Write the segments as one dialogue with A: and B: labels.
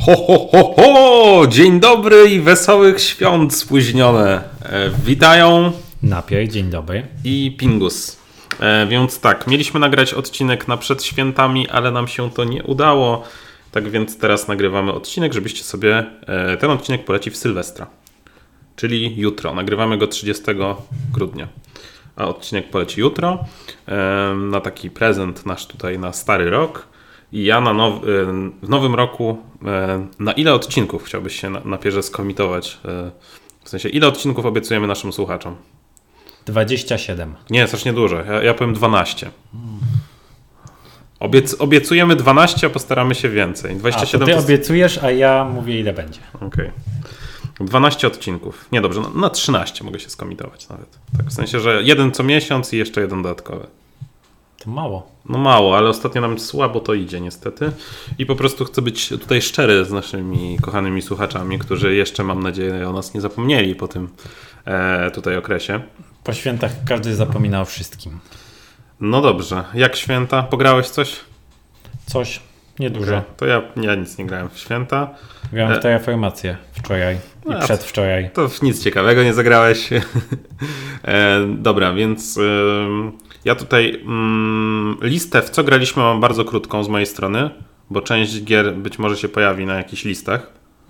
A: Ho, ho, ho, ho! Dzień dobry i wesołych świąt spóźnione. E, witają
B: Napier, dzień dobry.
A: i Pingus. E, więc tak, mieliśmy nagrać odcinek na przed świętami, ale nam się to nie udało. Tak więc teraz nagrywamy odcinek, żebyście sobie. E, ten odcinek poleci w Sylwestra. Czyli jutro. Nagrywamy go 30 grudnia. A odcinek poleci jutro. e, Na taki prezent nasz tutaj na stary rok. I ja na now, e, w nowym roku. e, Na ile odcinków chciałbyś się na, na pierze skomitować? E, W sensie, ile odcinków obiecujemy naszym słuchaczom?
B: 27.
A: Nie, strasznie dużo. Ja, ja powiem 12. Obiec, obiecujemy 12, a postaramy się więcej.
B: A, to
A: 27
B: ty
A: to jest-
B: obiecujesz, a ja mówię ile będzie.
A: Okej. 12 odcinków. Nie dobrze, na, na 13 mogę się skomitować nawet. Tak, w sensie, że jeden co miesiąc i jeszcze jeden dodatkowy.
B: To mało.
A: No mało, ale ostatnio nam słabo to idzie niestety. I po prostu chcę być tutaj szczery z naszymi kochanymi słuchaczami, którzy jeszcze mam nadzieję o nas nie zapomnieli po tym e, tutaj okresie.
B: Po świętach każdy zapomina o wszystkim.
A: No dobrze, jak święta? Pograłeś coś?
B: Coś nieduże.
A: Okej, To ja, ja nic nie grałem w święta.
B: Grałem
A: E. No,
B: w Terraformację wczoraj
A: A,
B: i przedwczoraj.
A: To w nic ciekawego nie zagrałeś. e, dobra, więc ym, ja tutaj mm, listę w co graliśmy mam bardzo krótką z mojej strony, bo część gier być może się pojawi na jakichś listach.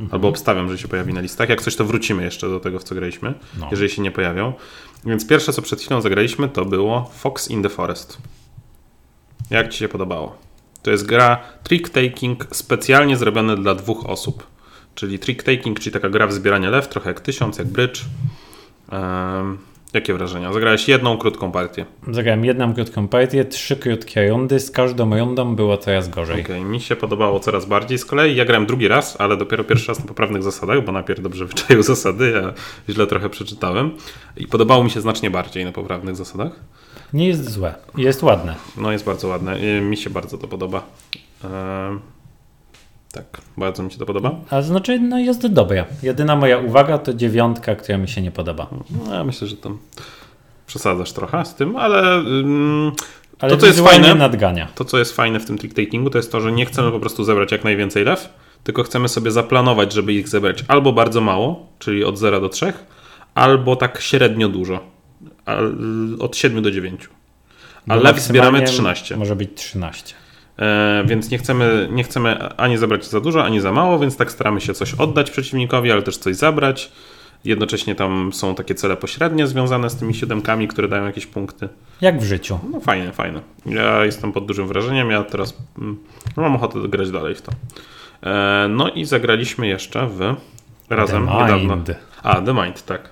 A: Mhm. Albo obstawiam, że się pojawi na listach. Jak coś, to wrócimy jeszcze do tego, w co graliśmy,
B: No.
A: jeżeli się nie pojawią. Więc pierwsze, co przed chwilą zagraliśmy, to było Fox in the Forest. Jak ci się podobało? To jest gra trick-taking specjalnie zrobione dla dwóch osób. Czyli trick-taking, czyli taka gra w zbieranie lew, trochę jak tysiąc, jak brycz. Ehm, jakie wrażenia? Zagrałeś jedną krótką partię.
B: Zagrałem jedną krótką partię, trzy krótkie rundy, z każdą rundą było coraz gorzej.
A: Okej, mi się podobało coraz bardziej. Z kolei ja grałem drugi raz, ale dopiero pierwszy raz na poprawnych zasadach, bo najpierw dobrze wyczaił zasady, ja źle trochę przeczytałem. I podobało mi się znacznie bardziej na poprawnych zasadach.
B: Nie jest złe, jest ładne.
A: No jest bardzo ładne, Y, mi się bardzo to podoba. Ehm, tak, bardzo mi się to podoba.
B: A znaczy, no jest dobre. Jedyna moja uwaga to dziewiątka, która mi się nie podoba.
A: No, ja myślę, że tam przesadzasz trochę z tym, ale ym,
B: Ale
A: to, co jest
B: wizualnie
A: fajne,
B: nadgania.
A: to, co jest fajne w tym trick-takingu, to jest to, że nie chcemy po prostu zebrać jak najwięcej lew, tylko chcemy sobie zaplanować, żeby ich zebrać albo bardzo mało, czyli od 0 do 3, albo tak średnio dużo, al- od 7 do 9. A
B: Bo
A: lew zbieramy
B: maksymalnie
A: 13.
B: Może być 13.
A: E, więc nie chcemy, nie chcemy ani zabrać za dużo, ani za mało, więc tak staramy się coś oddać przeciwnikowi, ale też coś zabrać. Jednocześnie tam są takie cele pośrednie związane z tymi siódemkami, które dają jakieś punkty.
B: Jak w życiu.
A: No fajne, fajne. Ja jestem pod dużym wrażeniem, ja teraz mm, no, mam ochotę grać dalej w to. E, no i zagraliśmy jeszcze w razem
B: The
A: niedawno.
B: Mind.
A: A, The Mind, tak.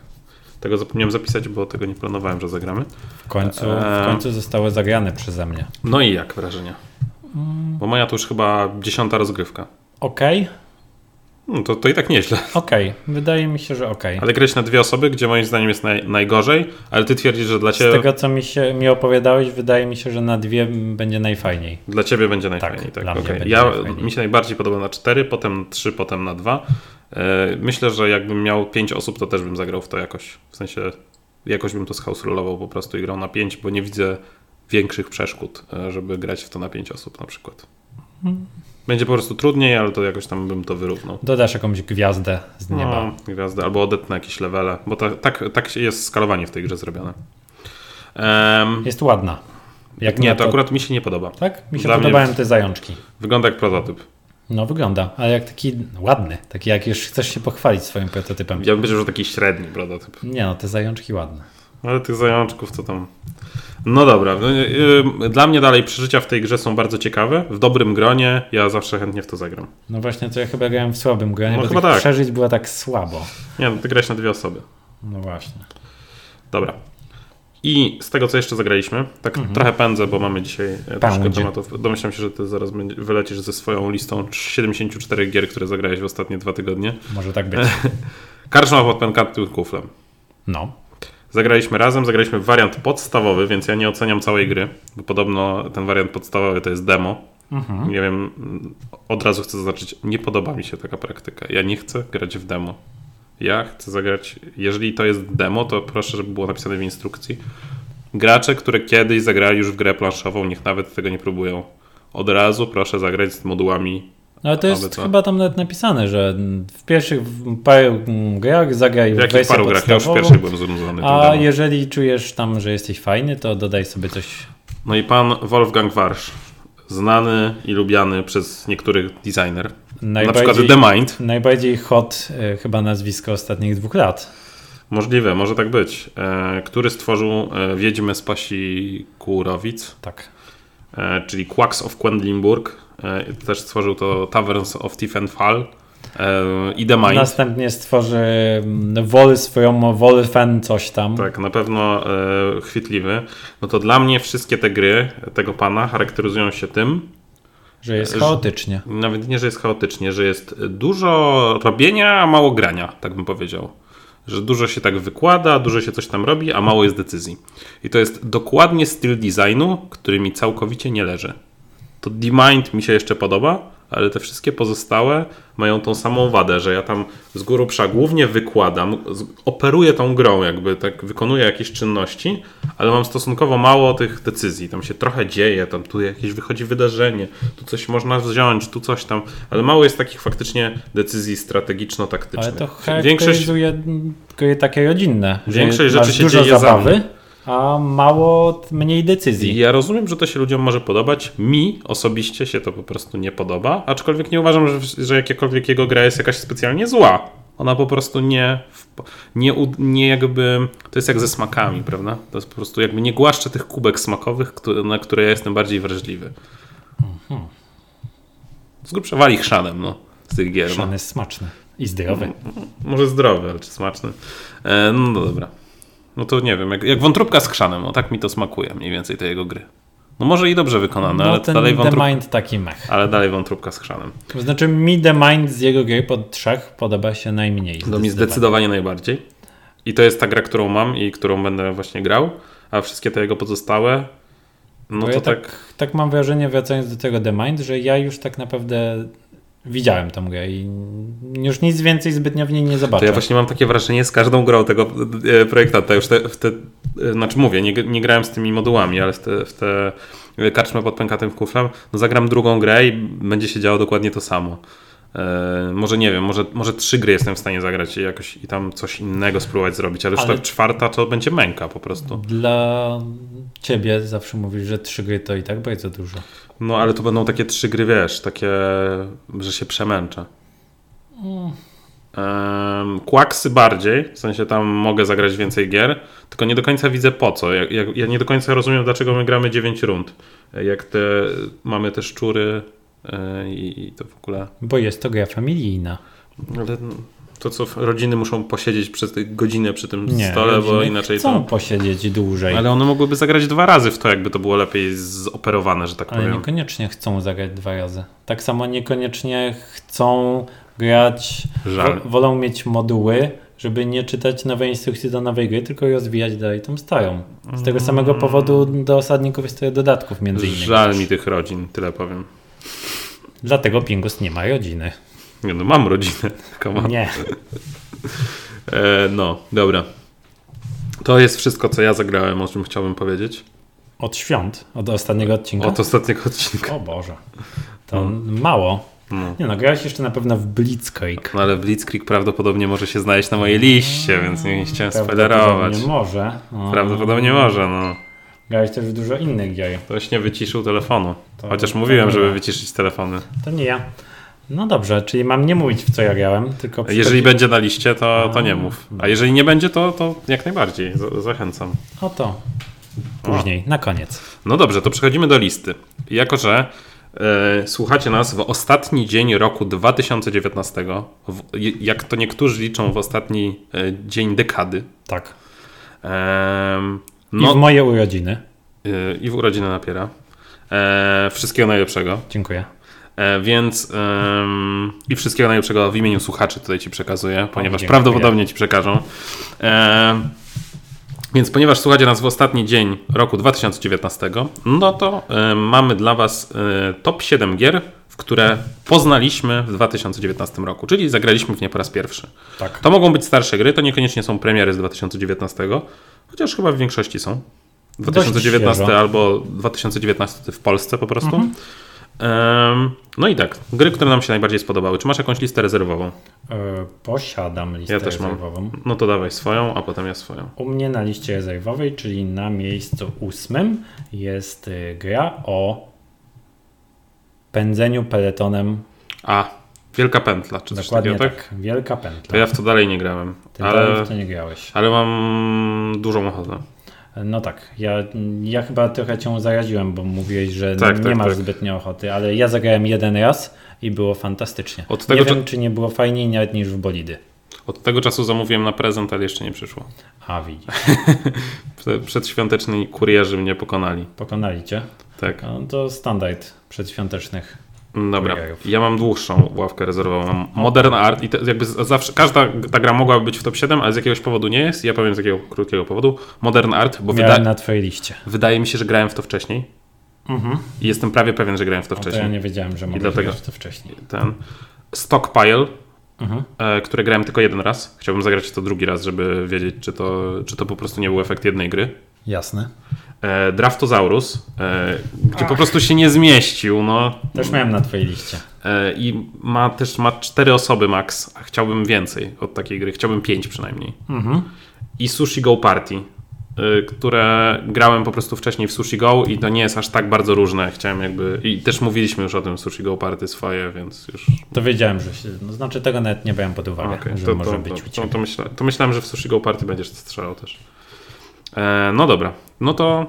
A: Tego zapomniałem zapisać, bo tego nie planowałem, że zagramy.
B: W końcu,
A: Eee.
B: w końcu zostały zagrane przeze mnie.
A: No i jak wrażenia? Bo moja to już chyba dziesiąta rozgrywka.
B: Okej,
A: No to, to i tak nieźle.
B: okej. Wydaje mi się, że okej.
A: Ale grać na dwie osoby, gdzie moim zdaniem jest naj, najgorzej, ale ty twierdzisz, że dla
B: Z
A: ciebie,
B: tego, co mi, się, mi opowiadałeś, wydaje mi się, że na dwie będzie najfajniej.
A: dla ciebie będzie najfajniej. Tak,
B: dla mnie
A: okej.
B: będzie
A: Ja,
B: najfajniej.
A: mi się najbardziej podoba na cztery, potem trzy, potem na dwa. E, Myślę, że jakbym miał pięć osób, to też bym zagrał w to jakoś. W sensie jakoś bym to schausrulował po prostu i grał na pięć, bo nie widzę większych przeszkód, e, żeby grać w to na pięć osób na przykład.
B: Mhm.
A: Będzie po prostu trudniej, ale to jakoś tam bym to wyrównał.
B: Dodasz jakąś gwiazdę z nieba.
A: No, gwiazdy, albo odetnę jakieś levele, bo ta, tak, tak się- jest skalowanie w tej grze zrobione. Em,
B: Jest ładna. Jak
A: nie,
B: na
A: to akurat mi się nie podoba.
B: Tak? Mi się
A: Dla mnie-
B: podobają te zajączki.
A: Wygląda jak prototyp.
B: No wygląda, ale jak taki ładny, taki jak już chcesz się pochwalić swoim prototypem.
A: Ja bym powiedział, że taki średni prototyp.
B: Nie no, te zajączki ładne.
A: Ale tych zajączków co tam. No dobra. no, y, y, Dla mnie dalej przeżycia w tej grze są bardzo ciekawe. W dobrym gronie ja zawsze chętnie w to zagram.
B: No właśnie, to ja chyba grałem w słabym granie,
A: No
B: bo
A: chyba
B: tych
A: tak.
B: przeżyć było tak słabo.
A: Nie, no, ty grałeś na dwie osoby.
B: No właśnie.
A: Dobra. I z tego, co jeszcze zagraliśmy, tak trochę pędzę, bo mamy dzisiaj e, troszkę
B: Pędzi.
A: tematów. Domyślam się, że ty zaraz będzie- wylecisz ze swoją listą 74 gier, które zagrałeś w ostatnie dwa tygodnie.
B: Może tak być.
A: Karczma pod pękatym kuflem.
B: No.
A: Zagraliśmy razem, zagraliśmy w wariant podstawowy, więc ja nie oceniam całej gry, bo podobno ten wariant podstawowy to jest demo.
B: Mhm.
A: Nie wiem, mm, od razu chcę zaznaczyć, nie podoba mi się taka praktyka. Ja nie chcę grać w demo. Ja chcę zagrać, jeżeli to jest demo, to proszę, żeby było napisane w instrukcji. Gracze, które kiedyś zagrali już w grę planszową, niech nawet tego nie próbują. Od razu proszę zagrać z modułami
B: No ale
A: Aby
B: to jest
A: co?
B: chyba tam nawet napisane, że w pierwszych w paru grach zagraj
A: W
B: wersję
A: jakich paru grach? Ja już w
B: podstawową,
A: pierwszej byłem zrumzony.
B: A
A: A,
B: jeżeli czujesz tam, że jesteś fajny, to dodaj sobie coś.
A: No i pan Wolfgang Warsz, znany i lubiany przez niektórych designer. Na
B: Najbardziej,
A: przykład The Mind.
B: najbardziej hot e, chyba nazwisko ostatnich dwóch lat.
A: Możliwe, może tak być. E, który stworzył e, Wiedźmę z Pasi Kurowic,
B: Tak.
A: e, czyli Quacks of Quedlinburg. E, też stworzył to Taverns of Tiefenfall e, i The Mind.
B: Następnie stworzy Wolf swoją Wolfen coś tam.
A: Tak, na pewno e, chwytliwy. No to dla mnie wszystkie te gry tego pana charakteryzują się tym,
B: Że jest
A: Że-
B: chaotycznie.
A: nawet nie, że jest chaotycznie, że jest dużo robienia, a mało grania, tak bym powiedział. Że dużo się tak wykłada, dużo się coś tam robi, a mało jest decyzji. I to jest dokładnie styl designu, który mi całkowicie nie leży. To D-Mind mi się jeszcze podoba, ale te wszystkie pozostałe mają tą samą wadę, że ja tam z grubsza głównie wykładam, z- operuję tą grą, jakby tak wykonuję jakieś czynności, ale mam stosunkowo mało tych decyzji. Tam się trochę dzieje, tam tu jakieś wychodzi wydarzenie, tu coś można wziąć, tu coś tam, ale mało jest takich faktycznie decyzji strategiczno-taktycznych.
B: Ale to
A: Większość
B: charakteryzuje tylko takie rodzinne. że
A: Większość
B: masz
A: rzeczy się
B: dużo
A: dzieje za
B: zabawy, a mało, mniej decyzji.
A: I Ja rozumiem, że to się ludziom może podobać. Mi osobiście się to po prostu nie podoba, aczkolwiek nie uważam, że, że jakiekolwiek jego gra jest jakaś specjalnie zła. Ona po prostu nie, wp- nie, u- nie jakby. To jest jak ze smakami, prawda? To jest po prostu jakby nie głaszczę tych kubek smakowych, któ- na które ja jestem bardziej wrażliwy. Z grubsza wali chrzanem, no, z tych gier. No.
B: On jest smaczny i zdrowy.
A: Może zdrowy, ale czy smaczny. E, no dobra. No to nie wiem, jak, jak wątróbka z chrzanem, no tak mi to smakuje mniej więcej te jego gry. No może i dobrze wykonane,
B: No,
A: ale,
B: ten
A: dalej
B: The
A: wątrób...
B: Mind taki mech.
A: ale dalej wątróbka z chrzanem.
B: To znaczy mi The Mind z jego gier pod trzech podoba się najmniej.
A: To No, mi zdecydowanie najbardziej. I to jest ta gra, którą mam i którą będę właśnie grał, a wszystkie te jego pozostałe, no
B: Bo
A: to
B: ja
A: tak...
B: tak, tak mam wrażenie, wracając do tego The Mind, że ja już tak naprawdę widziałem tą grę i już nic więcej zbytnio w niej nie
A: To
B: zobaczę.
A: ja właśnie mam takie wrażenie z każdą grą tego e, projektanta. Już te, w te, e, znaczy mówię, nie, nie grałem z tymi modułami, ale w te, w te e, karczmy pod pękatym kuflem, no zagram drugą grę i będzie się działo dokładnie to samo. E, może nie wiem, może, może trzy gry jestem w stanie zagrać i jakoś i tam coś innego spróbować zrobić, ale,
B: Ale-
A: już ta czwarta to będzie męka po prostu.
B: Dla ciebie zawsze mówisz, że trzy gry to i tak bardzo dużo.
A: No ale to będą takie trzy gry, wiesz, takie, że się przemęczę. Mm. Em, Quacksy bardziej, w sensie tam mogę zagrać więcej gier, tylko nie do końca widzę po co. Ja, ja, ja nie do końca rozumiem, dlaczego my gramy 9 rund. Jak te mamy te szczury e, i, i to w ogóle.
B: Bo jest to gra familijna.
A: Ale to, co w- rodziny muszą posiedzieć przez te- godzinę przy tym
B: Nie,
A: stole, bo
B: rodziny
A: inaczej
B: chcą
A: to.
B: posiedzieć dłużej, ale,
A: Ale one mogłyby zagrać dwa razy w to, jakby to było lepiej zoperowane, że tak powiem.
B: niekoniecznie chcą zagrać dwa razy. Tak samo niekoniecznie chcą grać,
A: Żal.
B: wo- wolą mieć moduły, żeby nie czytać nowej instrukcji do nowej gry, tylko rozwijać dalej tą starą. Z tego samego powodu do osadników jest tyle dodatków między innymi.
A: Mm. Żal mi tych rodzin, tyle powiem.
B: Dlatego Pingus nie ma rodziny.
A: Nie, no mam rodzinę. Tylko mam.
B: Nie.
A: E, no, dobra. To jest wszystko, co ja zagrałem, o czym chciałbym powiedzieć.
B: Od świąt, od ostatniego odcinka.
A: Od ostatniego odcinka.
B: O Boże. To mało. Nie no, grałeś jeszcze na pewno w Blitzkrieg.
A: No ale Blitzkrieg prawdopodobnie może się znaleźć na mojej liście, więc nie chciałem spoilerować.
B: Nie może. O.
A: Prawdopodobnie może, no.
B: Grałeś też w dużo innych gier.
A: Ktoś nie wyciszył telefonu.
B: To-
A: Chociaż
B: to
A: mówiłem,
B: nie. Znaczy,
A: żeby wyciszyć telefony.
B: To nie ja. No dobrze, czyli mam nie mówić w co ja grałem, tylko...
A: Jeżeli będzie na liście, to, to nie mów. A jeżeli nie będzie, to, to jak najbardziej. za- Zachęcam.
B: O to. Później, na koniec.
A: No dobrze, to przechodzimy do listy. Jako, że e, słuchacie nas w ostatni dzień roku 2019, w, jak to niektórzy liczą w ostatni e, dzień dekady.
B: Tak.
A: Em,
B: I w
A: no,
B: moje urodziny.
A: e, I w urodziny napiera. E, wszystkiego najlepszego.
B: Dziękuję.
A: E, więc em, i wszystkiego najlepszego w imieniu słuchaczy tutaj ci przekazuję, ponieważ
B: dziękuję.
A: prawdopodobnie ci przekażą. E, więc ponieważ słuchacie nas w ostatni dzień roku 2019, no to e, mamy dla was e, top 7 gier, w które poznaliśmy w 2019 roku, czyli zagraliśmy w nie po raz pierwszy.
B: Tak.
A: To mogą być starsze gry, to niekoniecznie są premiery z 2019, chociaż chyba w większości są. 2019
B: świeżo. Mhm.
A: albo 2019 w Polsce po prostu. Em, No i tak, gry, które nam się najbardziej spodobały. Czy masz jakąś listę rezerwową?
B: E, Posiadam listę
A: Ja też mam.
B: rezerwową.
A: No to dawaj swoją, a potem ja swoją.
B: U mnie na liście rezerwowej, czyli na miejscu ósmym, jest y, gra o pędzeniu peletonem.
A: A, Wielka Pętla, czy coś
B: Dokładnie
A: takiego,
B: tak?
A: tak?
B: Wielka
A: To
B: pętla.
A: ja w to dalej nie grałem,
B: Ty dalej
A: ale,
B: w to nie grałeś.
A: ale mam dużą ochotę.
B: No tak, ja, ja chyba trochę cię zaraziłem, bo mówiłeś, że
A: Tak,
B: nie
A: tak,
B: masz
A: tak.
B: zbytnio ochoty, ale ja zagrałem jeden raz i było fantastycznie.
A: Od tego
B: nie wiem,
A: cza-
B: czy nie było fajniej nawet niż w bolidy.
A: Od tego czasu zamówiłem na prezent, ale jeszcze nie przyszło.
B: A widzisz,
A: Prze- Przedświąteczni kurierzy mnie pokonali.
B: pokonali cię.
A: Tak.
B: No, to standard przedświątecznych.
A: Dobra,
B: Kurierów.
A: ja mam dłuższą ławkę rezerwową. Mam Modern Art i to jakby z- zawsze, każda ta gra mogłaby być w top 7, ale z jakiegoś powodu nie jest. Ja powiem z jakiego krótkiego powodu. Modern Art, bo
B: Miałem
A: wyda
B: na twojej liście.
A: wydaje mi się, że grałem w to wcześniej.
B: Mhm.
A: I jestem prawie pewien, że grałem w to
B: No To ja
A: wcześniej.
B: nie wiedziałem, że mogę
A: dlatego-
B: grać w to wcześniej.
A: Ten Stockpile,
B: Mhm.
A: e, które grałem tylko jeden raz. Chciałbym zagrać to drugi raz, żeby wiedzieć, czy to, czy to po prostu nie był efekt jednej gry.
B: Jasne.
A: E, Draftosaurus, e, gdzie po prostu się nie zmieścił, no.
B: Też miałem na twojej liście.
A: E, I ma też ma cztery osoby max, a chciałbym więcej od takiej gry. Chciałbym pięć przynajmniej.
B: Mhm.
A: I Sushi Go Party, y, które grałem po prostu wcześniej w Sushi Go i to nie jest aż tak bardzo różne. Chciałem jakby. I też mówiliśmy już o tym Sushi Go Party swoje, więc już.
B: To wiedziałem, że się... No, znaczy tego nawet nie brałem pod uwagę,
A: Okej,
B: że
A: to,
B: może
A: to,
B: być u
A: to, to,
B: ciebie.
A: to, myśla, to myślałem, że w Sushi Go Party będziesz strzelał też. E, no dobra, no to.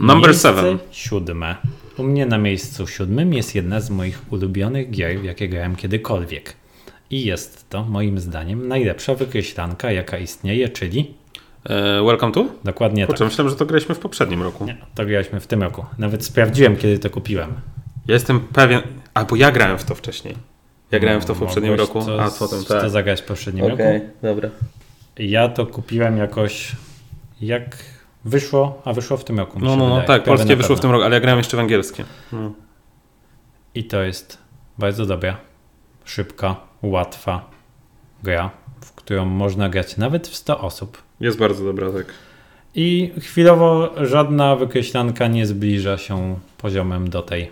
A: Number
B: Miejsce
A: 7.
B: siódme. U mnie na miejscu siódmym jest jedna z moich ulubionych gier, w jakie grałem kiedykolwiek. I jest to, moim zdaniem, najlepsza wykreślanka, jaka istnieje, czyli
A: E, welcome to?
B: dokładnie
A: Kurczę,
B: tak.
A: myślałem, że to graliśmy w poprzednim roku.
B: Nie, to graliśmy w tym roku. Nawet sprawdziłem, kiedy to kupiłem.
A: Ja jestem pewien, albo ja grałem w to wcześniej. Ja grałem w to w
B: No, Mogłeś
A: poprzednim roku,
B: To,
A: a potem
B: to
A: tak.
B: zagrać w poprzednim roku.
A: dobra.
B: Ja to kupiłem jakoś jak wyszło, a wyszło w tym roku. mi
A: No,
B: się
A: no, no,
B: wydaje.
A: tak,
B: Prawie
A: polskie
B: na
A: wyszło w
B: pewno.
A: tym roku, ale ja grałem jeszcze w angielskie. No.
B: I to jest bardzo dobra, szybka, łatwa gra, w którą można grać nawet w 100 osób.
A: Jest bardzo dobra, tak.
B: I chwilowo żadna wykreślanka nie zbliża się poziomem do tej.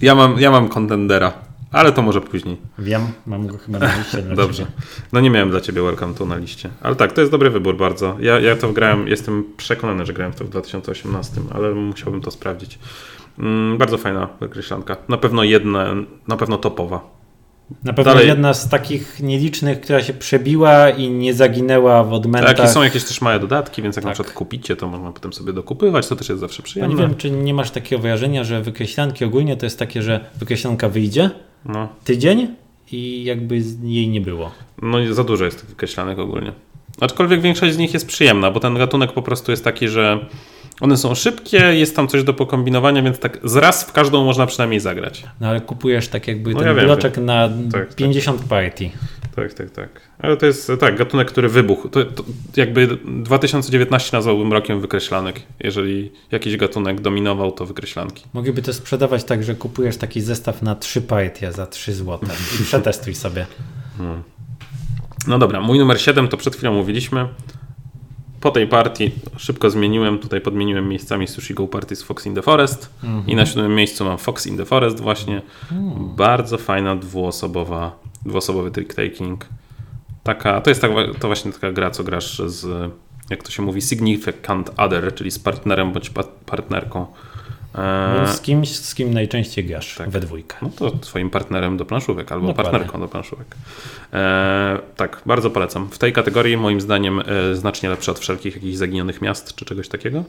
A: Ja mam, ja mam kontendera, ale to może później.
B: Wiem, mam go chyba na liście dla
A: Dobrze.
B: ciebie.
A: No nie miałem dla ciebie Welcome to na liście. Ale tak, to jest dobry wybór bardzo. Ja, ja to grałem, jestem przekonany, że grałem w to w 2018, ale musiałbym to sprawdzić. Mm, bardzo fajna wykreślanka. Na pewno jedna, na pewno topowa.
B: Na pewno
A: Dalej.
B: jedna z takich nielicznych, która się przebiła i nie zaginęła w odmętach.
A: Tak, i są jakieś też małe dodatki, więc jak na
B: Tak.
A: przykład kupicie, to można potem sobie dokupywać, to też jest zawsze
B: Ja nie
A: przyjemne.
B: wiem, czy nie masz takiego wrażenia, że wykreślanki ogólnie to jest takie, że wykreślanka wyjdzie
A: No,
B: tydzień i jakby z- jej nie było.
A: no nie- za dużo jest tych wykreślanych ogólnie. Aczkolwiek większość z nich jest przyjemna, bo ten gatunek po prostu jest taki, że one są szybkie, jest tam coś do pokombinowania, więc tak z raz w każdą można przynajmniej zagrać.
B: No ale kupujesz tak jakby
A: No
B: ten
A: ja wiem,
B: bloczek na
A: tak.
B: 50 partii.
A: Tak, tak, tak. Ale to jest tak, gatunek, który wybuchł. To, to jakby 2019 nazwałbym rokiem wykreślanek. Jeżeli jakiś gatunek dominował, to wykreślanki.
B: Mogliby to sprzedawać tak, że kupujesz taki zestaw na 3 partie za 3 zł i przetestuj sobie.
A: No dobra, mój numer 7 to przed chwilą mówiliśmy. Po tej partii szybko zmieniłem, tutaj podmieniłem miejscami Sushi Go Party z Fox in the Forest i na siódmym miejscu mam Fox in the Forest właśnie. Bardzo fajna dwuosobowa, dwuosobowy trick taking. Taka, to jest tak, to właśnie taka gra, co grasz z, jak to się mówi, significant other, czyli z partnerem bądź pa- partnerką. E,
B: Więc No, z kimś, z kim najczęściej grasz
A: tak.
B: we dwójkę.
A: no to twoim partnerem do planszówek albo
B: Dokładnie.
A: partnerką do planszówek. E, tak, bardzo polecam. W tej kategorii moim zdaniem e, znacznie lepsze od wszelkich jakichś zaginionych miast czy czegoś takiego.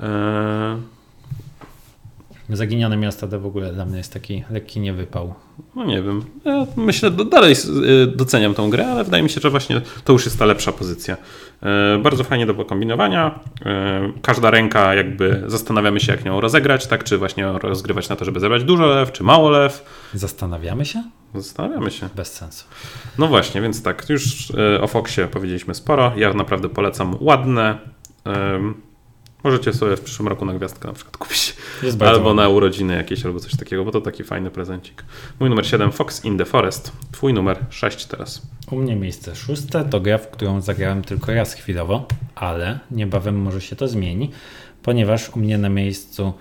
A: E,
B: Zaginione miasta to w ogóle dla mnie jest taki lekki niewypał.
A: no nie wiem. Ja myślę, do, dalej s- e, doceniam tą grę, ale wydaje mi się, że właśnie to już jest ta lepsza pozycja. E, bardzo fajnie do pokombinowania. E, każda ręka jakby zastanawiamy się, jak nią rozegrać, tak? Czy właśnie ją rozgrywać na to, żeby zebrać dużo lew, czy mało lew.
B: Zastanawiamy się?
A: Zastanawiamy się.
B: Bez sensu.
A: No właśnie, więc tak, już e, o Foxie powiedzieliśmy sporo. Ja naprawdę polecam ładne. em, Możecie sobie w przyszłym roku na gwiazdkę na przykład kupić.
B: Jest bardzo
A: Albo
B: ładny.
A: na urodziny jakieś, albo coś takiego, bo to taki fajny prezencik. Mój numer 7, Fox in the Forest. Twój numer 6 teraz.
B: U mnie miejsce szóste to gra, w którą zagrałem tylko raz chwilowo, ale niebawem może się to zmieni, ponieważ u mnie na miejscu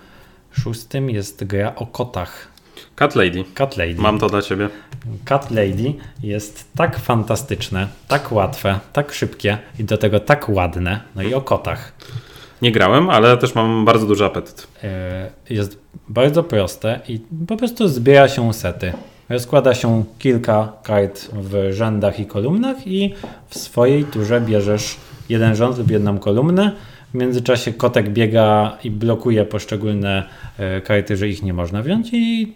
B: Szóstym jest gra o kotach.
A: Cat Lady.
B: Cat Lady.
A: Mam to dla ciebie.
B: Cat Lady jest tak fantastyczne, tak łatwe, tak szybkie i do tego tak ładne. No i o kotach.
A: Nie grałem, ale też mam bardzo duży apetyt.
B: Y, Jest bardzo proste i po prostu zbiera się sety. Rozkłada się kilka kart w rzędach i kolumnach i w swojej turze bierzesz jeden rząd lub jedną kolumnę. W międzyczasie kotek biega i blokuje poszczególne y, karty, że ich nie można wziąć i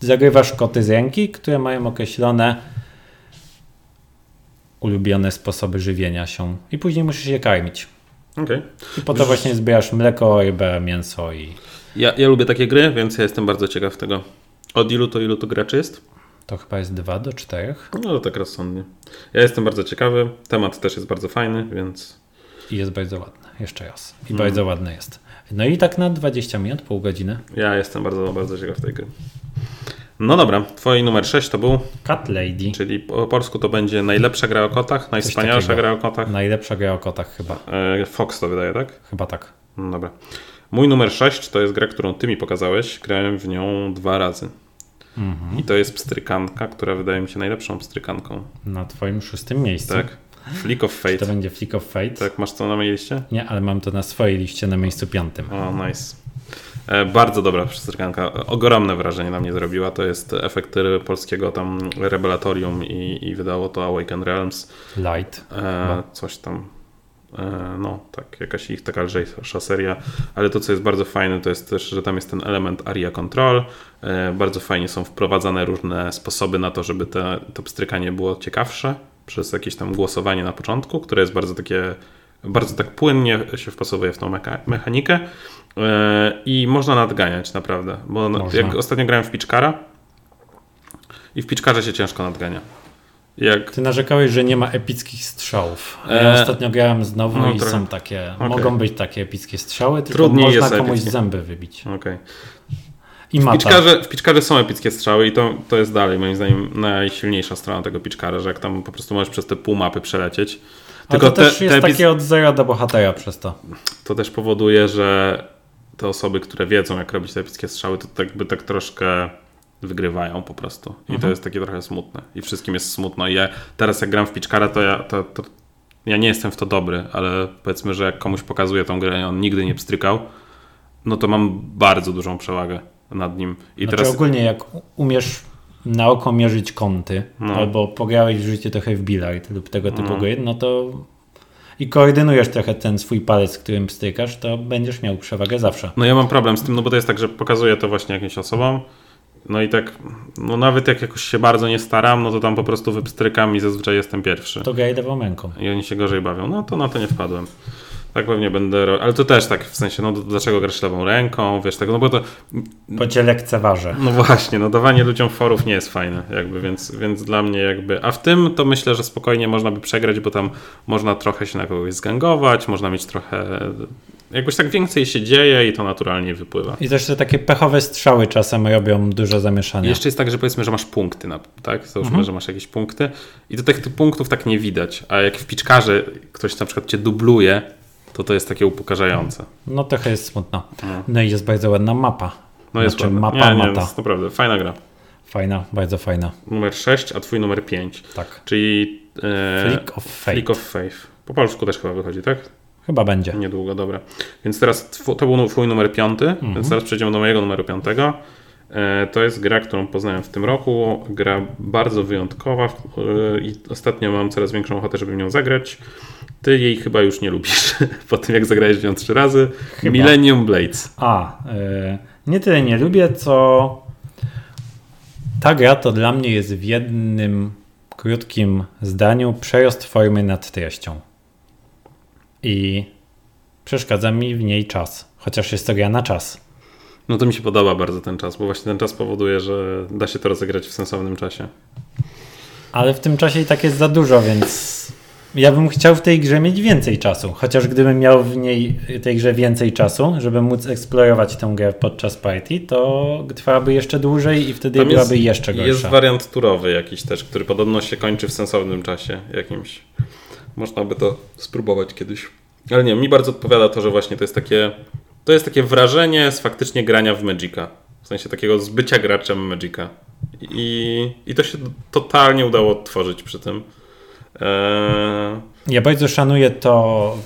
B: zagrywasz koty z ręki, które mają określone ulubione sposoby żywienia się i później musisz je karmić.
A: Okej.
B: I po to właśnie zbierasz mleko, rybę, mięso i
A: Ja, ja lubię takie gry, więc ja jestem bardzo ciekaw tego. Od ilu to ilu to graczy jest?
B: To chyba jest 2 do 4
A: No to tak rozsądnie. Ja jestem bardzo ciekawy. Temat też jest bardzo fajny, więc
B: i jest bardzo ładne. Jeszcze raz. I
A: Hmm.
B: bardzo ładne jest. No i tak na 20 minut, pół godziny.
A: ja jestem bardzo, bardzo ciekaw tej gry. No dobra, twój numer 6 to był,
B: Cat Lady.
A: czyli po polsku to będzie najlepsza gra o kotach, najwspanialsza
B: takiego. No.
A: gra o kotach.
B: Najlepsza gra o kotach chyba.
A: E, Fox to wydaje, tak?
B: Chyba tak.
A: No Dobra. Mój numer 6 to jest gra, którą ty mi pokazałeś. Grałem w nią dwa razy.
B: Mhm.
A: I to jest pstrykanka, która wydaje mi się najlepszą pstrykanką.
B: Na twoim szóstym miejscu.
A: Tak? Flick of
B: To
A: Fate.
B: będzie Flick of Fate.
A: Tak, masz co na mojej liście?
B: Nie, ale mam to na swojej liście na miejscu piątym.
A: O, nice. E, Bardzo dobra pstrykanka. Ogromne wrażenie na mnie zrobiła. To jest efekt e, polskiego tam Revelatorium i, i wydało to Awaken Realms.
B: Light.
A: E, coś tam. E, no, tak, jakaś ich taka lżejsza seria, ale to, co jest bardzo fajne, to jest też, że tam jest ten element aria control. E, bardzo fajnie są wprowadzane różne sposoby na to, żeby te, to pstrykanie było ciekawsze przez jakieś tam głosowanie na początku, które jest bardzo takie, bardzo tak płynnie się wpasowuje w tą meka- mechanikę E, i można nadganiać naprawdę, bo no,
B: Można.
A: jak ostatnio grałem w Pitchcara i w Pitchcarze się ciężko nadgania. Jak
B: Ty narzekałeś, że nie ma epickich strzałów. Ja
A: E,
B: ostatnio grałem znowu
A: no
B: i
A: trochę.
B: są takie,
A: Okej.
B: mogą być takie epickie strzały, tylko
A: Trudniej
B: można
A: jest
B: komuś
A: epickie.
B: zęby wybić.
A: Okej.
B: I
A: W
B: mata.
A: piczkarze, w piczkarze są epickie strzały i to, to jest dalej moim zdaniem najsilniejsza strona tego piczkara, że jak tam po prostu możesz przez te pół mapy przelecieć.
B: Tylko
A: Tylko
B: to też
A: te,
B: jest
A: te epic...
B: takie od zera do bohatera przez to.
A: to też powoduje, że te osoby, które wiedzą jak robić te epickie strzały, to tak by tak troszkę wygrywają po prostu. I
B: Mhm.
A: to jest takie trochę smutne. I wszystkim jest smutno. I ja teraz jak gram w piczkara, to ja, to, to ja nie jestem w to dobry, ale powiedzmy, że jak komuś pokazuję tą grę i on nigdy nie pstrykał, no to mam bardzo dużą przewagę nad nim. I
B: Znaczy
A: teraz...
B: ogólnie jak u- umiesz na oko mierzyć kąty,
A: No.
B: albo pograłeś w życiu trochę w bilard lub tego typu gry, no to i koordynujesz trochę ten swój palec, którym pstrykasz, to będziesz miał przewagę zawsze.
A: No ja mam problem z tym, no bo to jest tak, że pokazuję to właśnie jakimś osobom. No i tak, no nawet jak jakoś się bardzo nie staram, no to tam po prostu wypstrykam i zazwyczaj jestem pierwszy.
B: To graj lewą ręką.
A: I oni się gorzej bawią. No to na to nie wpadłem. Tak pewnie będę robił. Ale to też tak w sensie, no dlaczego grasz lewą ręką, wiesz tak, no bo to.
B: Bo cię lekceważę.
A: No właśnie, no dawanie ludziom forów nie jest fajne, jakby, więc, więc dla mnie jakby. A w tym to myślę, że spokojnie można by przegrać, bo tam można trochę się na kogoś zgangować, można mieć trochę. Jakoś tak więcej się dzieje i to naturalnie wypływa.
B: I też te takie pechowe strzały czasem robią dużo zamieszania.
A: Jeszcze jest tak, że powiedzmy, że masz punkty, na, tak? Załóżmy,
B: Mhm.
A: że masz jakieś punkty i do tych, tych punktów tak nie widać, a jak w piczkarze ktoś na przykład cię dubluje, to to jest takie upokarzające.
B: No trochę jest smutno. No i jest bardzo ładna mapa.
A: No jest
B: znaczy,
A: ładne.
B: mapa,
A: nie, nie,
B: mata.
A: jest naprawdę, fajna gra.
B: Fajna, bardzo fajna.
A: Numer 6, a twój numer 5,
B: Tak.
A: czyli... E,
B: Flick of Fate.
A: Flick of Faith. Po polsku też chyba wychodzi, tak?
B: Chyba będzie.
A: Niedługo, dobra. Więc teraz tw- to był nu- twój numer piąty, więc teraz przejdziemy do mojego numeru piątego. E, To jest gra, którą poznałem w tym roku. Gra bardzo wyjątkowa w- e, i ostatnio mam coraz większą ochotę, żeby w nią zagrać. Ty jej chyba już nie lubisz po tym, jak zagrałeś w nią trzy razy. Millennium Blades.
B: A, y, nie tyle nie lubię, co ta gra to dla mnie jest w jednym krótkim zdaniu przerost formy nad treścią. I przeszkadza mi w niej czas, chociaż jest to gra na czas.
A: No to mi się podoba bardzo ten czas, bo właśnie ten czas powoduje, że da się to rozegrać w sensownym czasie.
B: Ale w tym czasie i tak jest za dużo, więc ja bym chciał w tej grze mieć więcej czasu. Chociaż gdybym miał w niej tej grze więcej czasu, żeby móc eksplorować tę grę podczas partii, to trwałaby jeszcze dłużej i wtedy
A: Tam
B: byłaby jeszcze gorsza.
A: Jest wariant turowy jakiś też, który podobno się kończy w sensownym czasie jakimś. Można by to spróbować kiedyś. Ale nie, mi bardzo odpowiada to, że właśnie to jest takie To jest takie wrażenie z faktycznie grania w Magica. W sensie takiego z bycia graczem Magica. I, i to się totalnie udało odtworzyć przy tym. Eee,
B: Ja bardzo szanuję to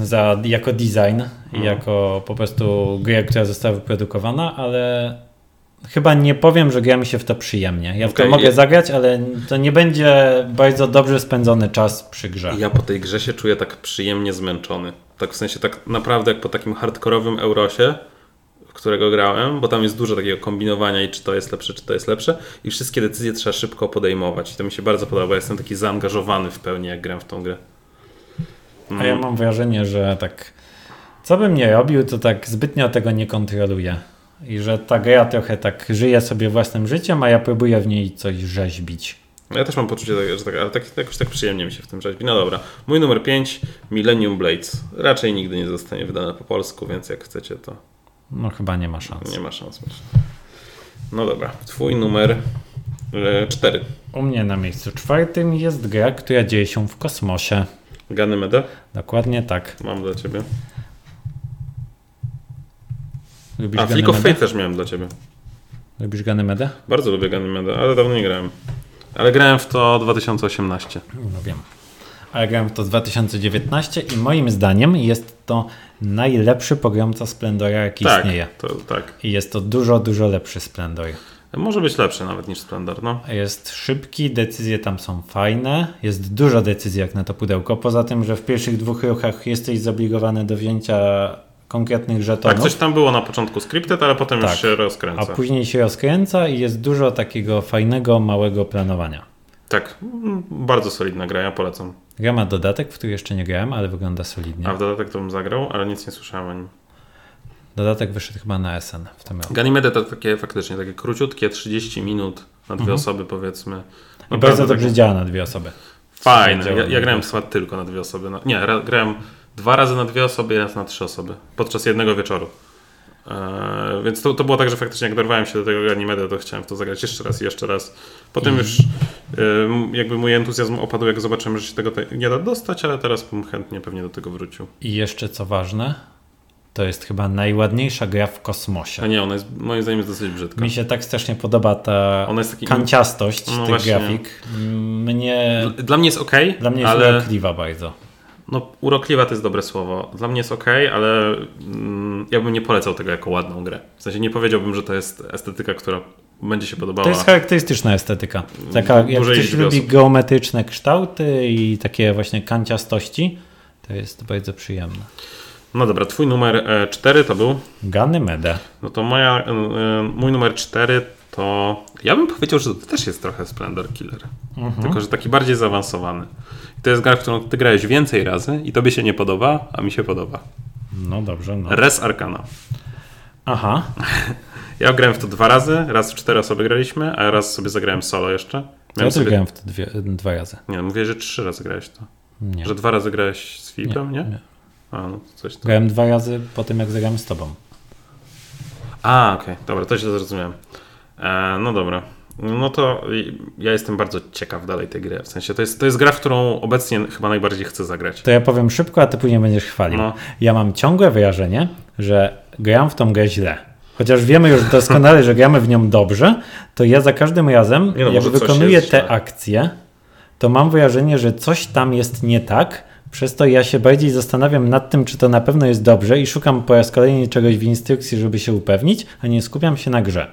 B: za, jako design, jako po prostu grę, która została wyprodukowana, ale chyba nie powiem, że gra mi się w to przyjemnie. Ja w to
A: Okej,
B: mogę
A: ja-
B: zagrać, ale to nie będzie bardzo dobrze spędzony czas przy grze.
A: I ja po tej grze się czuję tak przyjemnie zmęczony. Tak w sensie tak naprawdę jak po takim hardkorowym Eurosie, w którego grałem, bo tam jest dużo takiego kombinowania i czy to jest lepsze, czy to jest lepsze i wszystkie decyzje trzeba szybko podejmować. I to mi się bardzo podoba. Ja Jestem taki zaangażowany w pełni jak gram w tą grę.
B: A ja mam wrażenie, że tak co bym nie robił, to tak zbytnio tego nie kontroluję. I że ta gra trochę tak żyje sobie własnym życiem, a ja próbuję w niej coś rzeźbić.
A: Ja też mam poczucie, że tak, ale tak, jakoś tak przyjemnie mi się w tym rzeźbi. No dobra. Mój numer 5, Millennium Blades. Raczej nigdy nie zostanie wydane po polsku, więc jak chcecie to
B: No chyba nie ma szans.
A: nie ma szans. myślę. No dobra. Twój numer e, 4.
B: U mnie na miejscu czwartym jest gra, która dzieje się w kosmosie.
A: Ganymeda?
B: Dokładnie tak.
A: Mam dla ciebie.
B: Lubisz
A: A, Flick of Fate
B: Ganymedę?
A: też miałem dla ciebie.
B: Lubisz Ganymedę?
A: Bardzo lubię Ganymeda, ale dawno nie grałem. Ale grałem w to 2018.
B: No wiem. Ale grałem w to 2019 i moim zdaniem jest to najlepszy pogromca Splendora, jaki
A: tak,
B: istnieje.
A: to tak.
B: I jest to dużo, dużo lepszy Splendor.
A: Może być lepszy nawet niż Splendor, no.
B: Jest szybki, decyzje tam są fajne, jest dużo decyzji jak na to pudełko. Poza tym, że w pierwszych dwóch ruchach jesteś zobligowany do wzięcia konkretnych żetonów.
A: Tak, coś tam było na początku scripted, ale potem
B: No. Tak.
A: już się
B: A
A: rozkręca.
B: później się rozkręca i jest dużo takiego fajnego, małego planowania.
A: Tak, mm, bardzo solidna gra, ja polecam.
B: Gra ma dodatek, w który jeszcze nie grałem, ale wygląda solidnie.
A: A w dodatek to bym zagrał, ale nic nie słyszałem o nim.
B: Dodatek wyszedł chyba na SN w tym roku.
A: Ganymede to takie faktycznie, takie króciutkie 30 minut na dwie osoby powiedzmy.
B: Mhm. I
A: Naprawdę
B: bardzo dobrze
A: takie
B: działa na dwie osoby.
A: Fajne,
B: działa.
A: ja, ja grałem chyba tylko na dwie osoby. Na, nie, ra, grałem dwa razy na dwie osoby i raz na trzy osoby podczas jednego wieczoru. Eee, więc to, to było tak, że faktycznie jak dorwałem się do tego Ganymeda, to chciałem w to zagrać jeszcze raz i jeszcze raz. Potem
B: Mhm.
A: już em, jakby mój entuzjazm opadł, jak zobaczyłem, że się tego te- nie da dostać, ale teraz bym chętnie pewnie do tego wrócił.
B: I jeszcze co ważne, to jest chyba najładniejsza gra w kosmosie.
A: A nie, ona jest moim zdaniem jest dosyć brzydka.
B: Mi się tak strasznie podoba ta
A: Ona jest taki-
B: kanciastość
A: No
B: tych
A: właśnie.
B: grafik. Mnie,
A: Dla- Dla mnie jest ok,
B: dla mnie jest
A: ale...
B: urokliwa bardzo.
A: No, urokliwa to jest dobre słowo. Dla mnie jest ok, ale mm, ja bym nie polecał tego jako ładną grę. W sensie nie powiedziałbym, że to jest estetyka, która będzie się podobała.
B: To jest charakterystyczna estetyka. Taka, jak
A: Dużej
B: ktoś
A: liczbie
B: lubi
A: osób.
B: geometryczne kształty i takie właśnie kanciastości, to jest bardzo przyjemne.
A: No dobra, twój numer 4 to był.
B: Ganymede.
A: No to moja, e, e, mój numer 4 to. Ja bym powiedział, że to też jest trochę Splendor Killer.
B: Mhm.
A: Tylko, że taki bardziej zaawansowany. I to jest gra, w którą ty grałeś więcej razy i tobie się nie podoba, a mi się podoba.
B: No dobrze, no.
A: Res Arcana.
B: Aha,
A: Ja grałem w to dwa razy, raz w cztery osoby graliśmy, a raz sobie zagrałem solo jeszcze.
B: ja
A: sobie-
B: sobie... grałem w to dwie, dwa razy.
A: Nie, mówię, że trzy razy grałeś to.
B: Nie.
A: Że dwa razy grałeś z Filipem, nie?
B: nie.
A: A, no to coś tam.
B: Grałem dwa razy po tym, jak zagrałem z tobą.
A: A, okej, dobra, to się zrozumiałem. E, no dobra. No to i- ja jestem bardzo ciekaw dalej tej gry. W sensie to jest, to jest gra, w którą obecnie chyba najbardziej chcę zagrać.
B: To ja powiem szybko, a ty później będziesz chwalił.
A: No.
B: Ja mam ciągłe wyrażenie, że gram w tą grę źle. Chociaż wiemy już doskonale, że gramy w nią dobrze, to ja za każdym razem,
A: Nie no,
B: jak
A: może coś
B: wykonuję
A: jest
B: te
A: źle.
B: akcje, to mam wrażenie, że coś tam jest nie tak, przez to ja się bardziej zastanawiam nad tym, czy to na pewno jest dobrze i szukam po raz kolejny czegoś w instrukcji, żeby się upewnić, a nie skupiam się na grze.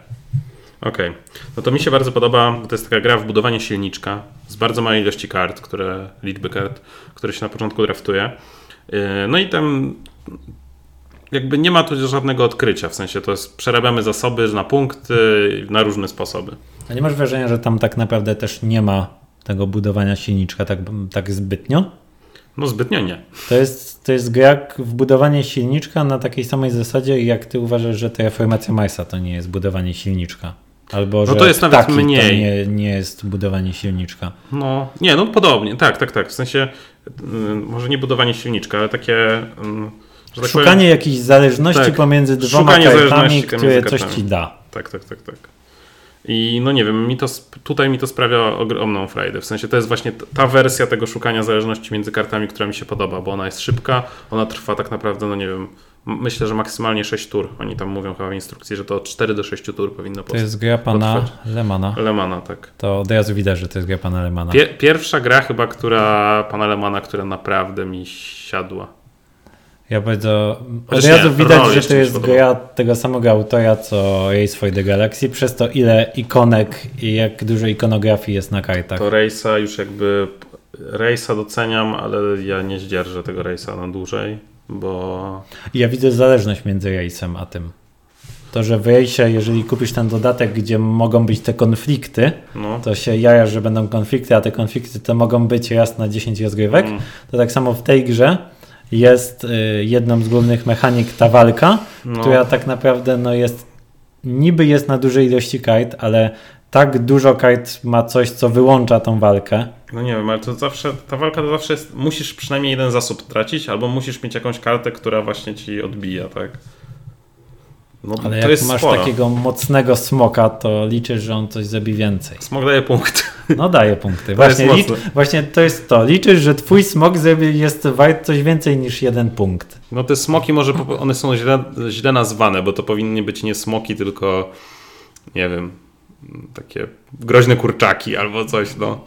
A: Okej. No to mi się bardzo podoba, bo to jest taka gra w budowanie silniczka z bardzo małej ilości kart, które, liczby kart, które się na początku draftuje. Yy, No i tam jakby nie ma tu żadnego odkrycia, w sensie to jest przerabiamy zasoby na punkty na różne sposoby.
B: A nie masz wrażenia, że tam tak naprawdę też nie ma tego budowania silniczka tak, tak zbytnio?
A: No zbytnio nie.
B: To jest, to jest gra jak wbudowanie silniczka na takiej samej zasadzie, jak ty uważasz, że ta reformacja Majsa to nie jest budowanie silniczka. Albo
A: No
B: że
A: to jest nawet
B: ptaki To
A: mniej.
B: nie, nie jest budowanie silniczka.
A: No, nie, no podobnie, tak, tak, tak. W sensie yy, może nie budowanie silniczka, ale takie. yy, że tak
B: Szukanie jakichś zależności
A: tak.
B: pomiędzy dwoma
A: Szukanie
B: kartami,
A: zależności
B: które
A: pomiędzy
B: coś
A: kartami.
B: ci da.
A: Tak, tak, tak, tak. I no nie wiem, mi to, sp- tutaj mi to sprawia ogromną frajdę. W sensie to jest właśnie t- ta wersja tego szukania zależności między kartami, która mi się podoba, bo ona jest szybka, ona trwa tak naprawdę, no nie wiem, m- myślę, że maksymalnie 6 tur. Oni tam mówią chyba w instrukcji, że to od 4 do 6 tur powinno
B: To
A: powstać.
B: jest gra pana Lemana.
A: Lemana, tak.
B: To od razu widać, że to jest gra pana Lemana.
A: Pie- pierwsza gra chyba, która pana Lemana, która naprawdę mi siadła.
B: Ja bardzo. Od
A: Chociaż nie, no,
B: razu widać,
A: Roll
B: że
A: jeszcze
B: to
A: mi się
B: jest
A: podoba.
B: gra tego samego autora, co Race for the Galaxy, przez to ile ikonek i jak dużo ikonografii jest na kartach.
A: To Rejsa już jakby. Rejsa doceniam, ale ja nie zdzierżę tego Rejsa na dłużej, bo.
B: I Ja widzę zależność między Race'em a tym. To, że w Race'ie, jeżeli kupisz ten dodatek, gdzie mogą być te konflikty,
A: No.
B: to się jaja, że będą konflikty, a te konflikty to mogą być raz na 10 rozgrywek.
A: Mm.
B: To tak samo w tej grze jest y, jedną z głównych mechanik ta walka,
A: No.
B: która tak naprawdę no jest, niby jest na dużej ilości kart, ale tak dużo kart ma coś, co wyłącza tą walkę.
A: no nie wiem, ale to zawsze. Ta walka to zawsze jest. Musisz przynajmniej jeden zasób tracić, albo musisz mieć jakąś kartę, która właśnie ci odbija, tak? No
B: Ale
A: to
B: jak
A: jest
B: masz
A: sporo.
B: takiego mocnego smoka, to liczysz, że on coś zrobi więcej.
A: Smog daje punkt.
B: No daje punkty.
A: To jest
B: Właśnie, licz,
A: mocne.
B: właśnie to jest to. Liczysz, że twój smok zrobi- jest wart coś więcej niż jeden punkt.
A: No te smoki może po- one są źle, źle nazwane, bo to powinny być nie smoki, tylko nie wiem, takie groźne kurczaki albo coś, no.